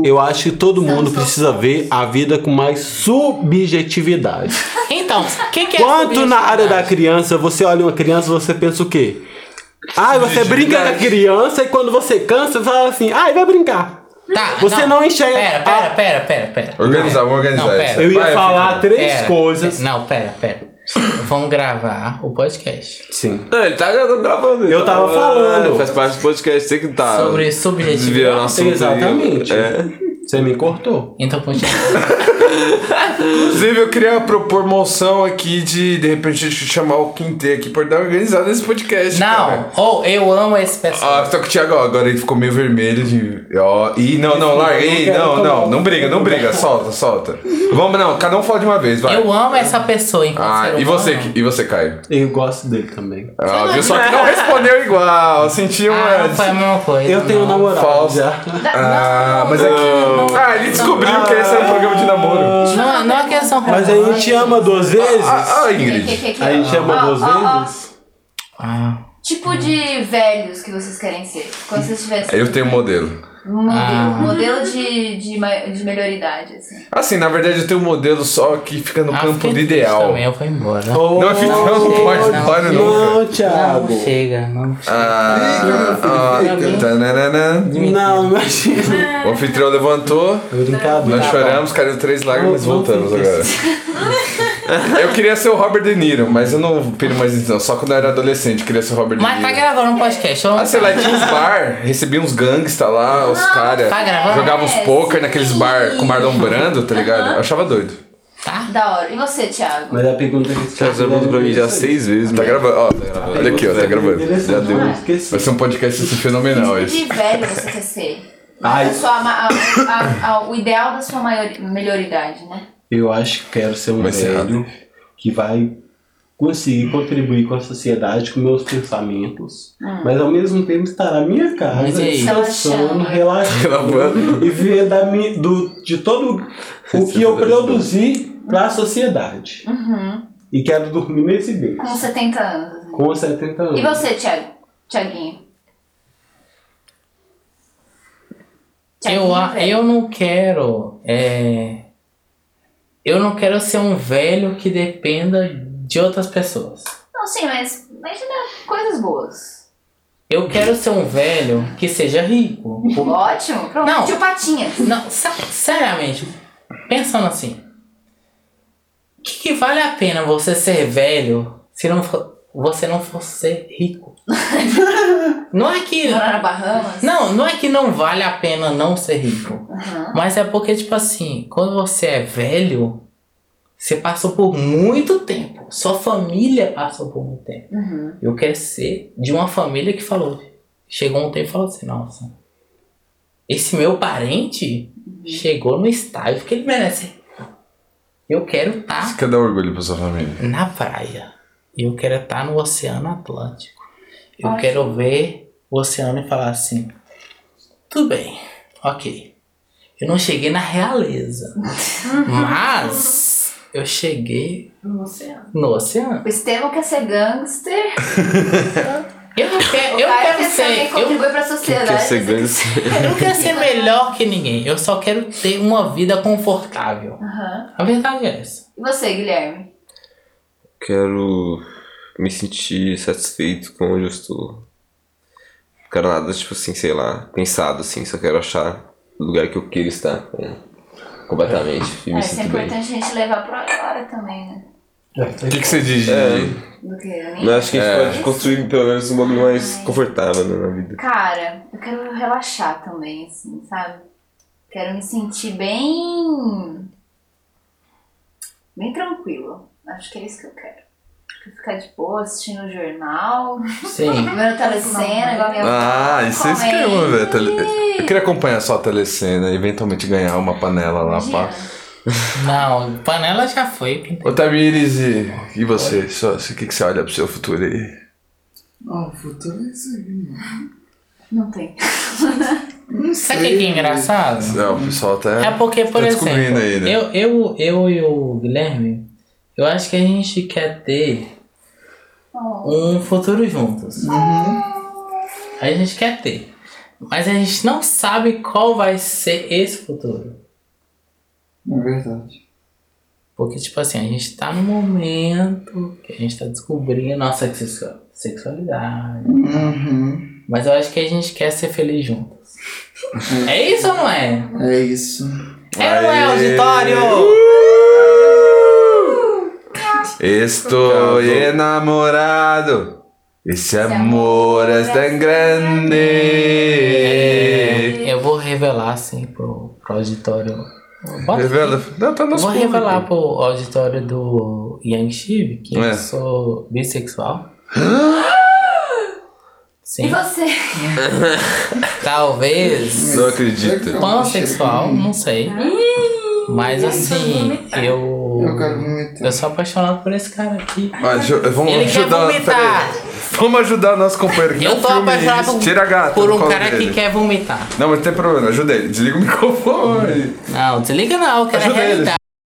F: Eu acho que todo mundo precisa ver a vida com mais subjetividade.
B: Então, o que, que é
F: Quanto na área da
B: subjetividade?
F: criança, você olha uma criança, você pensa o quê? Ai, você brinca com a criança e quando você cansa, você fala assim, ai, vai brincar.
B: Tá,
F: Você não enxerga-
B: Pera,
F: Ah.
B: pera, pera, pera, pera.
G: Organizar, vamos organizar
B: Não,
G: isso.
B: pera.
F: Eu ia
G: Vai,
F: falar
G: fica.
F: três
B: Pera.
F: coisas.
B: Não, pera, pera. Vamos gravar o podcast
F: Sim.
J: Não, ele tá gra- gravando. ele
F: Eu
J: tá
F: tava falando.
J: Faz parte do podcast, você que tá.
B: sobre
J: desviando o
B: subjetividade.
J: assunto. aí.
F: Exatamente.
J: É.
F: Você me cortou.
B: Então, continua.
G: Inclusive, eu queria propor uma moção aqui de, de repente, a gente chamar o Quintê aqui pra dar uma organizada nesse podcast. cara.
B: Não, ou eu amo esse
G: Ó,
B: pessoal.
G: só que o Thiago, ó, agora ele ficou meio vermelho de. Ó, ih, não, não, larga. Ih, não, não, não, briga, não briga. Solta, solta. Vamos, não, cada um fala de uma vez, vai.
B: eu amo essa pessoa enquanto
G: Ah,
B: ser
G: e
B: humano.
G: você, e você, Caio?
F: Eu gosto dele também.
G: Ah, viu? Só que não respondeu igual. Senti
B: Ah,
G: uma.
B: não foi a mesma coisa.
F: Eu tenho um
B: não.
F: namorado
G: Falso.
F: já.
D: Tá,
G: Ah, mas é que. Ah, ele descobriu que esse era um programa de namoro.
B: Não, não é questão
F: Mas a
B: romântica.
F: gente ama duas vezes.
G: Ah, ah,
D: Que, que,
G: Ingrid.
D: que, que,
F: A gente
D: ó,
F: ama
D: ó,
F: duas
D: ó, ó.
F: vezes.
B: Ah,
D: Tipo de velhos que vocês querem ser. Quando vocês tiverem
G: Eu tenho um modelo.
D: modelo,
B: Ah.
D: modelo de, de, ma- de melhoridade, assim.
G: Assim, na verdade, eu tenho um modelo só que fica no
B: Ah,
G: campo
B: fiquei
G: do
B: triste
G: ideal.
B: Também, eu fui embora.
F: Oh.
G: Não, então não pode, não pode nunca.
F: Não, Thiago.
B: Não chega, não chega.
G: Ah, ah, tananana.
F: Não, imagina.
G: né. O anfitrião levantou.
F: Brincadeira.
G: Nós choramos, caiu três lágrimas,
F: Não, não
G: voltamos
F: fiz
G: agora. Eu queria ser o Robert De Niro, mas eu não piro mais isso, não. Só quando eu era adolescente, eu queria ser o Robert De Niro.
B: Mas tá gravando um podcast.
G: Ah, sei lá, tinha uns bar, recebia uns gangsta lá, os caras.
B: tá gravando?
G: Jogava uns
D: É,
G: poker
D: sim.
G: naqueles bar com o Marlon Brando, tá ligado? Eu achava doido.
D: Ah, Da hora. E você, Thiago?
H: Mas a pergunta que você
J: Já perguntou pra mim já seis vezes. né?
G: Tá
J: mano.
G: gravando, ó. Olha aqui, ó, tá gravando.
H: Já deu. Esqueci.
G: Vai ser um podcast assim, fenomenal
D: Que
G: esse.
D: tipo de velho você quer ser? é
H: Ai.
D: A sua ma- a- a- a- o ideal da sua maior, melhoridade, né?
H: Eu acho que quero ser um
G: Vai ser
H: velho que vai conseguir contribuir com a sociedade, com meus pensamentos, mas ao mesmo tempo estar na minha casa,
B: Hum. Mas e aí?
H: descansando, relaxando
G: Relaxando.
H: e ver da mi- do, de todo o
G: é
H: que eu produzi para a sociedade.
B: Uhum.
H: E quero dormir nesse bem.
D: Com 70 anos.
H: Com 70 anos.
D: E você, Thiago? Thiaguinho?
B: Eu,
D: Thiaguinho,
B: a-
D: velho.
B: eu não quero. é, eu não quero ser um velho que dependa de outras pessoas.
D: Não, sim, mas imagina coisas boas.
B: Eu quero ser um velho que seja rico.
D: Ótimo. Pronto.
B: Hum. Não.
D: Tio Patinhas.
B: Não, sa- seriamente, pensando assim. O que, que vale a pena você ser velho se não for- você não for ser rico? não é que.
D: Morar na Bahamas.
B: Não, não é que não vale a pena não ser rico.
D: Aham.
B: Mas é porque, tipo assim, quando você é velho, você passou por muito tempo. Sua família passou por muito tempo.
D: Uhum.
B: Eu quero ser de uma família que falou. Chegou um tempo e falou assim, nossa, esse meu parente
D: Uhum.
B: chegou no estágio que ele merece. Eu quero tá estar
G: Isso quer dar orgulho pra sua família.
B: na praia. Eu quero estar no Oceano Atlântico. Eu quero ver o oceano e falar assim: tudo bem, ok. Eu não cheguei na realeza, mas eu cheguei
D: Você.
B: no oceano.
D: O Estevão quer ser gangster.
B: Eu não quero, eu
D: o
B: não
D: cara
B: quero
D: quer
B: ser.
D: também
B: Eu,
D: contribuir pra sociedade.
J: Quer ser
D: você
J: ganso.
B: eu
D: é.
B: não quero ser melhor que ninguém. Eu só quero ter uma vida confortável.
D: Aham.
B: A verdade é essa.
D: E você, Guilherme?
J: Quero me sentir satisfeito com onde eu estou. Não quero nada, tipo assim, sei lá, pensado assim, só quero achar o lugar que eu quero estar né? completamente e
D: Ah,
J: me
D: isso é
J: sinto bem.
D: importante a gente levar pra agora também, né?
G: O que, que você diz,
B: É.
G: Gigi?
D: Do que a
J: Mas
D: minha.
J: acho que a gente
G: É.
J: pode construir pelo menos um bagulho mais
D: É.
J: confortável né, na vida.
D: Cara, eu quero relaxar também, assim, sabe? Quero me sentir bem. bem tranquila. Acho que é isso que eu quero. Quero ficar de boa assistindo o jornal,
B: Sim.
D: vendo telecena, igual a minha
G: Ah, isso é esquema, velho. Tele- Eu queria acompanhar só a telecena e eventualmente ganhar uma panela lá, pá.
B: Não, panela já foi.
G: Ô, Tamires, e, e você? Só- O que, que você olha pro seu futuro aí?
E: Ah, o futuro é isso aí, mano.
D: Não tem.
B: Sabe o que que é engraçado?
G: Não, o pessoal tá.
B: É porque, por
G: tá descobrindo
B: exemplo,
G: ainda.
J: né?
B: eu, eu, eu e o Guilherme, eu acho que a gente quer ter um futuro juntos. A gente quer ter. Mas a gente não sabe qual vai ser esse futuro.
E: É verdade.
B: Porque, tipo assim, a gente tá num momento que a gente tá descobrindo a nossa sexu- sexualidade.
E: Uhum.
B: Mas eu acho que a gente quer ser feliz juntos. É isso ou não é?
E: É isso.
B: É ou não é,
G: Hum. Aê!
B: auditório?
G: Estou enamorado. Esse amor é tão grande.
B: Eu vou revelar assim pro, pro auditório. Bota
G: Revela.
B: aqui.
G: Não, tá
B: Eu
G: nosso
B: vou
G: público.
B: revelar pro auditório do Yang Shiv que
G: É.
B: eu sou bissexual.
D: E
B: Sim.
D: você?
B: Talvez
G: Não acredito.
B: pansexual, não sei. Mas assim, eu.
E: Eu quero vomitar.
B: Eu sou apaixonado por esse cara aqui.
G: Ah, deixa eu- vamos
B: Ele quer
G: ajudar.
B: vomitar.
G: peraí. Vamos ajudar o nosso companheiro que
B: Eu
G: não
B: tô
G: filme
B: apaixonado
G: isso.
B: por-
G: Tira a gata
B: Por
G: do
B: um
G: colo
B: cara
G: dele.
B: que quer vomitar.
G: Não, mas não tem problema, ajuda ele. Desliga o microfone.
B: Não, desliga não, eu quero a
G: Ajuda ele,
B: realidade.